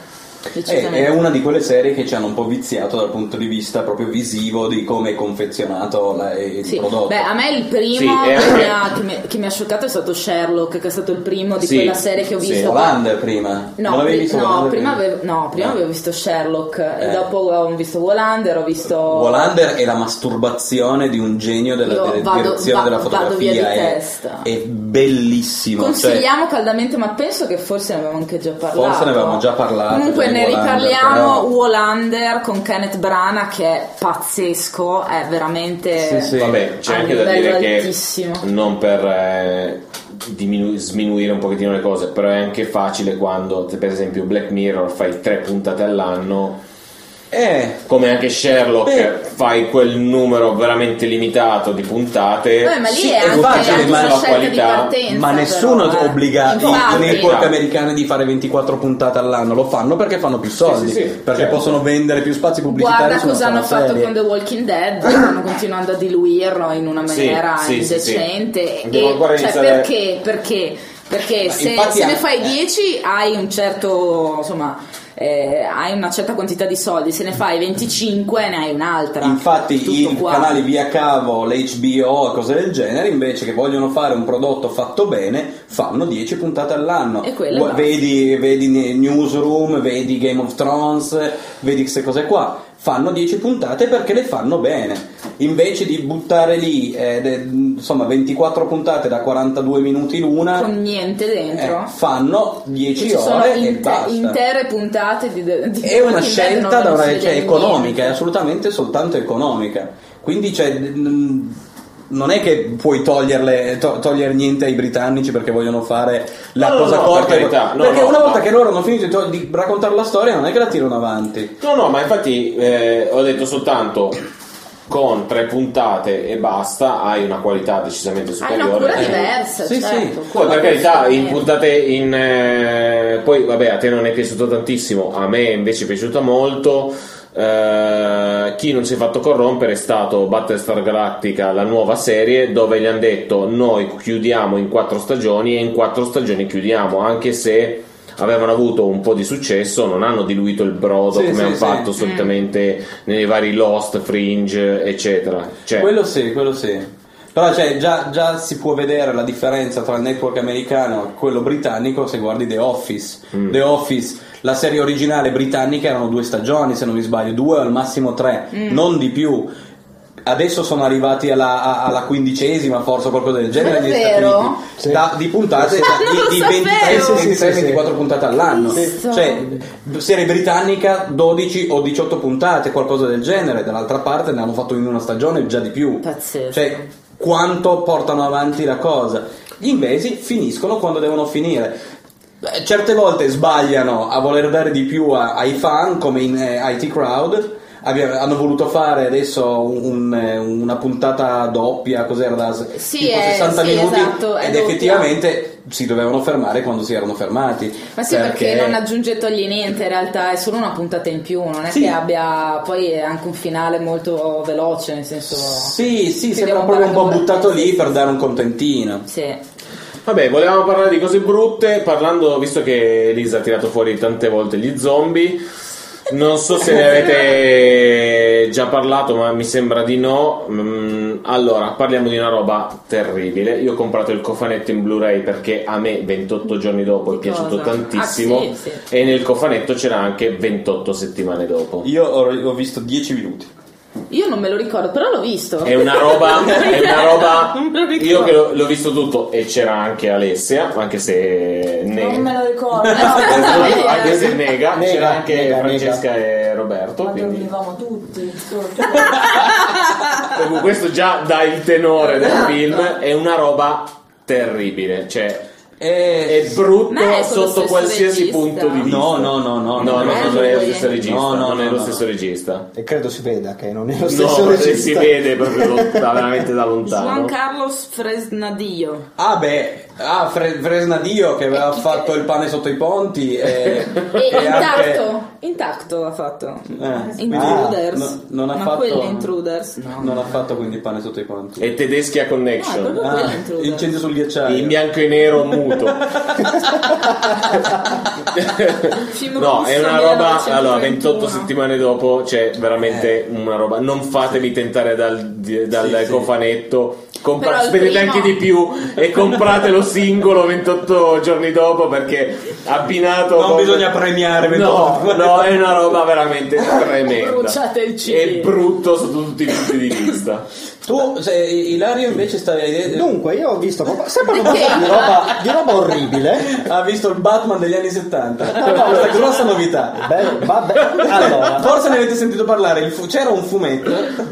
Decisamente. Eh, è una di quelle serie che ci hanno un po' viziato dal punto di vista proprio visivo di come è confezionato la- eh, il Sì. prodotto. Beh, a me il Sì, primo e che, anche- mi ha, che, mi, che mi ha scioccato è stato Sherlock, che è stato il primo di Sì, quella serie che ho sì. visto. Hollander prima. No, non avevi pri- visto no, Hollander prima avevo, no, prima Eh. Ah. avevo visto Sherlock, e Eh. dopo ho visto Wallander, ho visto... Wallander è la masturbazione di un genio della Io della vado- direzione va- della vado fotografia. via di è, testa. è bellissimo. cioè- Consigliamo caldamente, ma penso che forse ne avevamo anche già parlato. Forse ne avevamo già parlato Comunque di ne Wallander, riparliamo. però- Wallander con Kenneth Branagh che è pazzesco, è veramente Sì, sì. Vabbè, c'è a anche da dire livello che altissimo. non per eh, diminu- sminuire un pochettino le cose, però è anche facile quando, te- per esempio, Black Mirror fai tre puntate all'anno. Eh, Come anche Sherlock, Beh. fai quel numero veramente limitato di puntate. Vabbè, ma lì Sì, è è anche, facile, anche ma una la scelta di qualità- partenza. ma nessuno però, è eh. obbliga i Infatti. network americani di fare 24 puntate all'anno, lo fanno perché fanno più soldi, sì, sì, perché certo. possono vendere più spazi pubblicitari. Guarda su una cosa hanno sola fatto serie. con The Walking Dead, stanno continuando a diluirlo in una Sì, maniera sì, sì, sì. indecente. Devo E ancora cioè, iniziare- perché? Perché Perché Ma se, infatti se ne anche- fai eh. 10 hai un certo, insomma, eh, hai una certa quantità di soldi, se ne fai 25 ne hai un'altra. Tutto Infatti i qua. canali via cavo, l'HBO e cose del genere, invece che vogliono fare un prodotto fatto bene, fanno 10 puntate all'anno. E quella Gua- basta. vedi, vedi ne- Newsroom, vedi Game of Thrones, vedi queste cose qua. Fanno 10 puntate perché le fanno bene. Invece di buttare lì eh, de- insomma 24 puntate da 42 minuti l'una, Con niente dentro. eh, fanno 10 ci sono ore e inte- basta. intere puntate di, di È una scelta da una- cioè, cioè, economica, è assolutamente soltanto economica. Quindi cioè, n- non è che puoi toglierle, to- togliere niente ai britannici perché vogliono fare la No, no, cosa no, corta. per carità, no, perché no, una volta no. che loro hanno finito di, to- di raccontare la storia, non è che la tirano avanti. No, no, ma infatti eh, ho detto soltanto con tre puntate e basta hai una qualità decisamente Hai Ah, una superiore. cura Eh, diversa, Sì, sì. certo. Poi per carità, in Eh. puntate in... eh, poi vabbè, a te non è piaciuto tantissimo, a me invece è piaciuta molto. Eh, chi non si è fatto corrompere è stato Battlestar Galactica, la nuova serie, dove gli hanno detto noi chiudiamo in quattro stagioni e in quattro stagioni chiudiamo, anche se avevano avuto un po' di successo, non hanno diluito il brodo Sì, come sì, hanno sì. Mm. fatto solitamente nei vari Lost, Fringe, eccetera. Cioè, Quello sì, quello sì. Però cioè, già, già si può vedere la differenza tra il network americano e quello britannico se guardi The Office. The Office, la serie originale britannica erano due stagioni, se non mi sbaglio, due o al massimo tre, non di più. Adesso sono arrivati alla, a- alla quindicesima, forse o qualcosa del genere, negli Stati Davvero? Uniti. Da- di puntate da- non lo di, di eh, sapevo! 23, Sì, sì, sì, 23, sì. 24 puntate all'anno. Cristo. Cioè, serie britannica 12 o 18 puntate, qualcosa del genere, dall'altra parte ne hanno fatto in una stagione già di più. Pazzesco. Cioè, quanto portano avanti la cosa. Gli inglesi finiscono quando devono finire. Eh, Certe volte sbagliano a voler dare di più a- ai fan, come in eh, IT Crowd. Abbi- hanno voluto fare adesso un- eh, una puntata doppia, cos'era da s- Sì, tipo eh, 60 sì, minuti esatto, è ed doppia. effettivamente si dovevano fermare quando si erano fermati. Ma sì, perché, non aggiunge e toglie niente, in realtà è solo una puntata in più, non è Sì. che abbia poi è anche un finale molto veloce, nel senso... Sì, sì, Ti sembra devo proprio un po' fare buttato due- lì per dare un contentino. Sì. Vabbè, volevamo parlare di cose brutte, parlando, visto che Elisa ha tirato fuori tante volte gli zombie. Non so se ne avete già parlato, ma mi sembra di no. Mm, Allora, parliamo di una roba terribile. Io ho comprato il cofanetto in Blu-ray perché a me 28 giorni dopo è Di cosa? piaciuto tantissimo. Ah, sì, sì. E nel cofanetto c'era anche 28 settimane dopo. Io ho, ho visto 10 minuti. Io non me lo ricordo, però l'ho visto. È una roba, è una roba. Non me lo ricordo. Io che l'ho, l'ho visto tutto e c'era anche Alessia, anche se ne- Non me lo ricordo. Esatto, Ma anche se nega, Nega, c'era anche nega, Francesca e Roberto quindi dormivamo tutti. solo. Comunque questo già dà il tenore Esatto. del film è una roba terribile cioè è brutto Ma è con lo sotto stesso qualsiasi regista? punto di vista No, no, no, no, no no, è non è lo lui. stesso regista No, no, non è no, lo no. stesso regista E credo si veda che non è lo stesso no perché si regista. vede proprio lo- da- veramente da Juan lontano Carlos Fresnadillo. Ah beh, ah, Fre- Fresnadio che aveva E chi- fatto il pane sotto i ponti e, E e anche- intacto, intacto ha fatto. Eh, Intruders. no, non ha Ma fatto- quelli Intruders. Non ha fatto quindi il pane sotto i ponti. e Tedeschia No, è Connection proprio Ah, quelli Intruders. incendio sul ghiacciaio. in bianco e nero muto Film No, russo è una roba. 1921. Allora, 28 settimane dopo c'è veramente una roba. Non fatevi tentare dal, di- dal Eh. Sì, sì. cofanetto. Compra- Però il spendete primo- anche di più e compratelo singolo 28 giorni dopo perché abbinato. Non bisogna premiare 28. No, no, è una roba veramente tremenda. Bruciate il È cibo. brutto sotto tutti i punti di vista. Tu, se- Ilario invece stavi Dunque, io ho visto proprio- sempre parlando di roba, di roba orribile. ha visto il Batman degli anni 70. Ah, Questa grossa novità. Beh, vabbè, allora, Forse ne avete sentito parlare, il fu- c'era un fumetto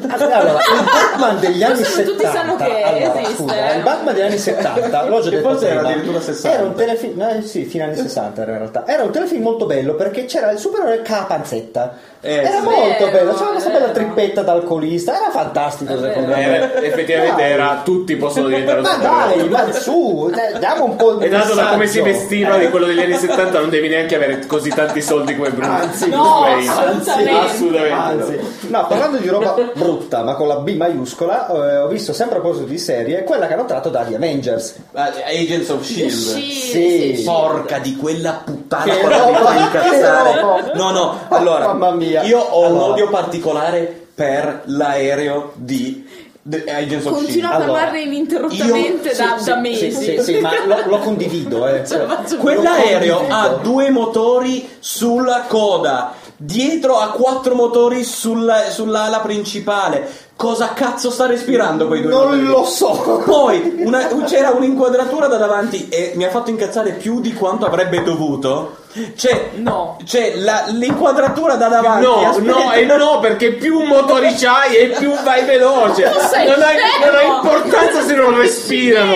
allora, il Batman degli anni Forse 70. non tutti sanno che allora, esiste, scusa, eh. il Batman degli anni 70, l'ho già Che detto forse era prima. addirittura 60. Era un telefilm, no, sì, fino agli anni 60 era in realtà. Era un telefilm molto bello perché c'era il supereroe che ha la panzetta. Eh, era sì. molto Vero, bello, c'era questa vero. bella trippetta da alcolista, era fantastico secondo me. Eh, Era- Eh, effettivamente Dai. era tutti possono diventare Ma supereroi. dai, ma su, dai, diamo un po' di E dato da come si messaggio. vestiva di quello degli anni 70 non devi neanche avere così tanti soldi come Bruce Anzi, No, Wayne. assolutamente. assolutamente. Anzi, no, parlando di roba brutta, ma con la B maiuscola, eh, ho visto sempre a proposito di serie è quella che hanno tratto dagli Avengers. Eh, Agents of Shield. Sì. Porca di quella puttana Che quando mi roba, fai incazzare. che roba. No, no, Oh, allora mamma mia. io ho un Allora. odio particolare per l'aereo di The Agents of Shield. Continua a Allora, parlarne ininterrottamente io- da, Sì, da sì, mesi. Sì, sì, sì, ma lo, lo condivido. Eh. Ce la faccio Quell'aereo Lo ha condivido. due motori sulla coda, dietro ha quattro motori sulla- sull'ala principale. Cosa cazzo sta respirando quei due motori? Non lo so. Poi una- c'era un'inquadratura da davanti e mi ha fatto incazzare più di quanto avrebbe dovuto. C'è, No. c'è la- l'inquadratura da davanti. No, aspetta. no, e no, perché più motori c'hai e più vai veloce. Tu sei Non hai, non ha fermo. importanza se non respirano.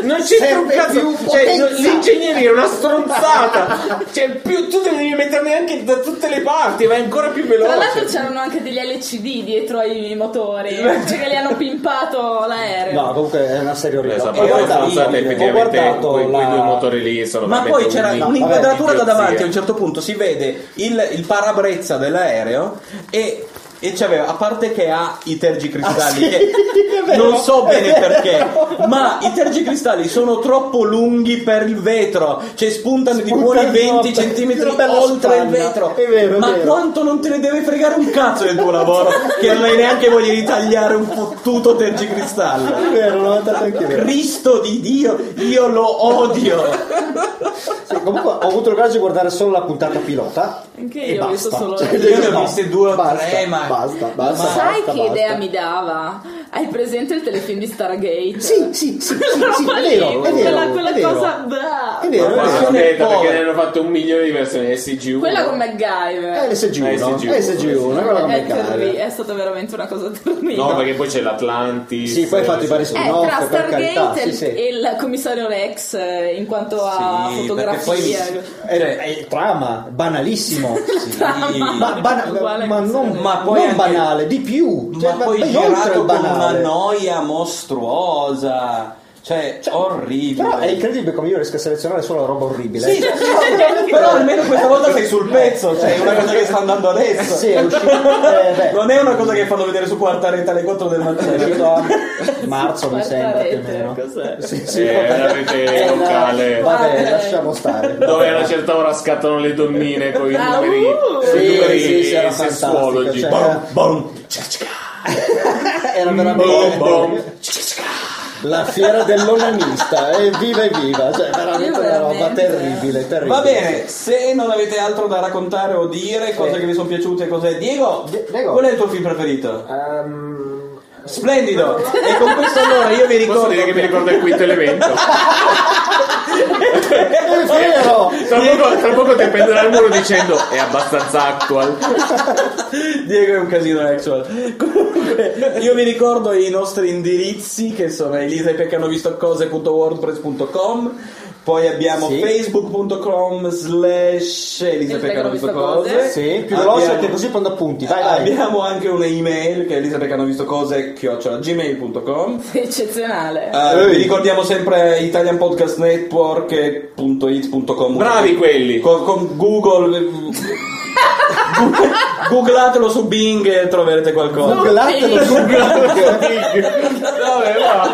Non c'entra un Serve cazzo. più Cioè, potenza. no, l'ingegneria è una stronzata. Cioè, più tu devi metterne anche da tutte le parti, vai ancora più Tra l'altro veloce. c'erano anche degli LCD dietro ai motori, cioè che li hanno pimpato l'aereo. No, comunque è una serie orribile. Esatto, Ho ma guardato- stronzate, ho effettivamente guardato quei, quei la- due motori lì sono Ma veramente poi c'era un- un'inquadratura da davanti, Vabbè, a un idiozia. certo punto si vede il, il parabrezza dell'aereo e, e c'aveva, a parte che ha i tergicristalli, Ah, sì, che è vero, non so è bene vero. perché, ma i tergicristalli sono troppo lunghi per il vetro, cioè spuntano di buoni Spuntano 20 troppo. centimetri Una bella oltre il spanna. vetro. È vero, è ma vero. quanto non te ne deve fregare un cazzo del tuo lavoro, che non hai neanche voglia di tagliare un fottuto tergicristallo. È vero, l'ho guardato anche io. Cristo di Dio, io lo odio. Sì, Cioè, comunque ho avuto il coraggio di guardare solo la puntata pilota. Anche e io ho basta. visto solo Cioè, la- Io ne ho no, viste due o basta, tre, ma- Basta, basta. Sai basta, che basta. idea mi dava? Hai presente il telefilm di Stargate? Sì, cioè, sì, sì, sì, Quella sì, roba è lì, vero, è vero, quella, quella è vero. cosa. Eh, bah. È vero, Ma è vero. aspetta, perché povero. ne hanno fatto un milione di versioni SG1. Quella con È MacGyver. Eh, l'SG1, SG1, SG1, Eh, quella che È, mi terri- cade. è stata veramente una cosa terribile. No, perché poi c'è l'Atlantis. Sì, poi hai fatto i vari Eh, spin-off, tra per carità, Stargate sì, e, sì. e il commissario Rex eh, in quanto a Sì, perché poi fotografia È, Eh, cioè, è trama, banalissimo. Trama. Ma, bana- Uguale ma che non, sarebbe. Ma poi non anche- banale, di più. Cioè, ma poi ben oltre girato il con una banale. noia mostruosa, cioè, orribile. Però è incredibile come io riesco a selezionare solo la roba orribile. Sì, sì, sì, però almeno questa volta sei sul pezzo, cioè è una cosa che sta andando adesso. Sì, è uscito. eh, beh, Non è una cosa che fanno vedere su quarta rete alle 4 del è mattino. uscito a marzo, mi Quarta sembra più o rete, meno. cos'è? Sì, Sì, è una eh, rete locale. Vabbè, Vabbè. lasciamo stare. dove a una certa ora scattano le donnine con i Ah, numeri, uh! con i Sì, numeri sì, sì, era sessuologi. fantastico, cioè- Bom, bom, cia, cia. Era Bom, bom. veramente la fiera dell'onanista. eh, Evviva, evviva! Cioè, veramente una roba Veramente. terribile, terribile. Va bene, se non avete altro da raccontare o dire, cose che vi sono piaciute, cose. Diego, Diego. Eh. qual è il tuo film preferito? Ehm, Splendido! E con questo allora io vi ricordo. Posso dire che mi ricorda il quinto elemento. È vero! Tra poco, tra poco ti penderà il muro dicendo è abbastanza actual. Diego è un casino actual. Comunque, io vi ricordo i nostri indirizzi che sono elisapeccanovistocose.wordpress.com. Poi abbiamo Sì. facebook.com slash elisapeccanovistocose. Sì, Ah, più Abbiamo- veloce che così quando appunti. Vai, vai. Abbiamo anche un'email che è elisapeccanovistocose gmail.com. eccezionale. Eh, Ehi. vi ricordiamo sempre italianpodcastnetwork.it.com Bravi quelli. con, con Google Google- googlatelo su Bing e troverete qualcosa Googlatelo su Vabbè, va.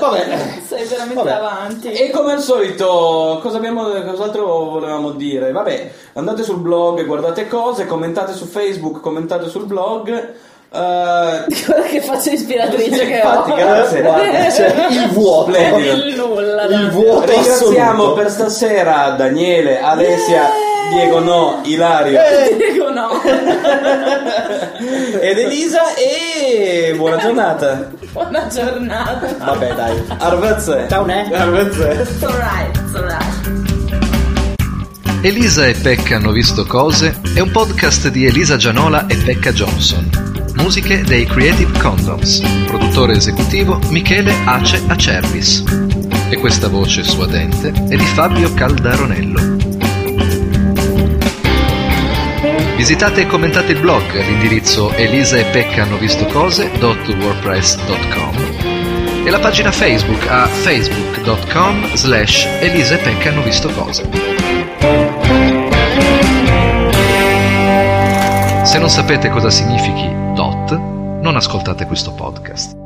Vabbè. Sei veramente Vabbè. avanti. E come al solito, cosa abbiamo, cos'altro volevamo dire? Vabbè, andate sul blog, guardate cose, commentate su Facebook, commentate sul blog. eh, Guarda che faccia ispiratrice che infatti, ho. grazie. Eh, Guarda, c'è Cioè, il vuoto. Splendido. Il nulla. Il davvero. vuoto Ringraziamo assoluto. per stasera Daniele, Alessia, Diego No, Ilario Dico no. ed Elisa e buona giornata. Buona giornata. Vabbè, dai. Arvezze. Ciao, ne? It's alright, it's alright. Elisa e Pecca hanno visto cose è un podcast di Elisa Gianola e Pecca Johnson. Musiche dei Creative Condoms. Produttore esecutivo Michele Ace Acervis. E questa voce suadente è di Fabio Caldaronello. Visitate e commentate il blog all'indirizzo elisa e pecca hanno visto cose.wordpress.com e la pagina Facebook a facebook.com slash elisa e pecca hanno visto cose. Se non sapete cosa significhi DOT, non ascoltate questo podcast.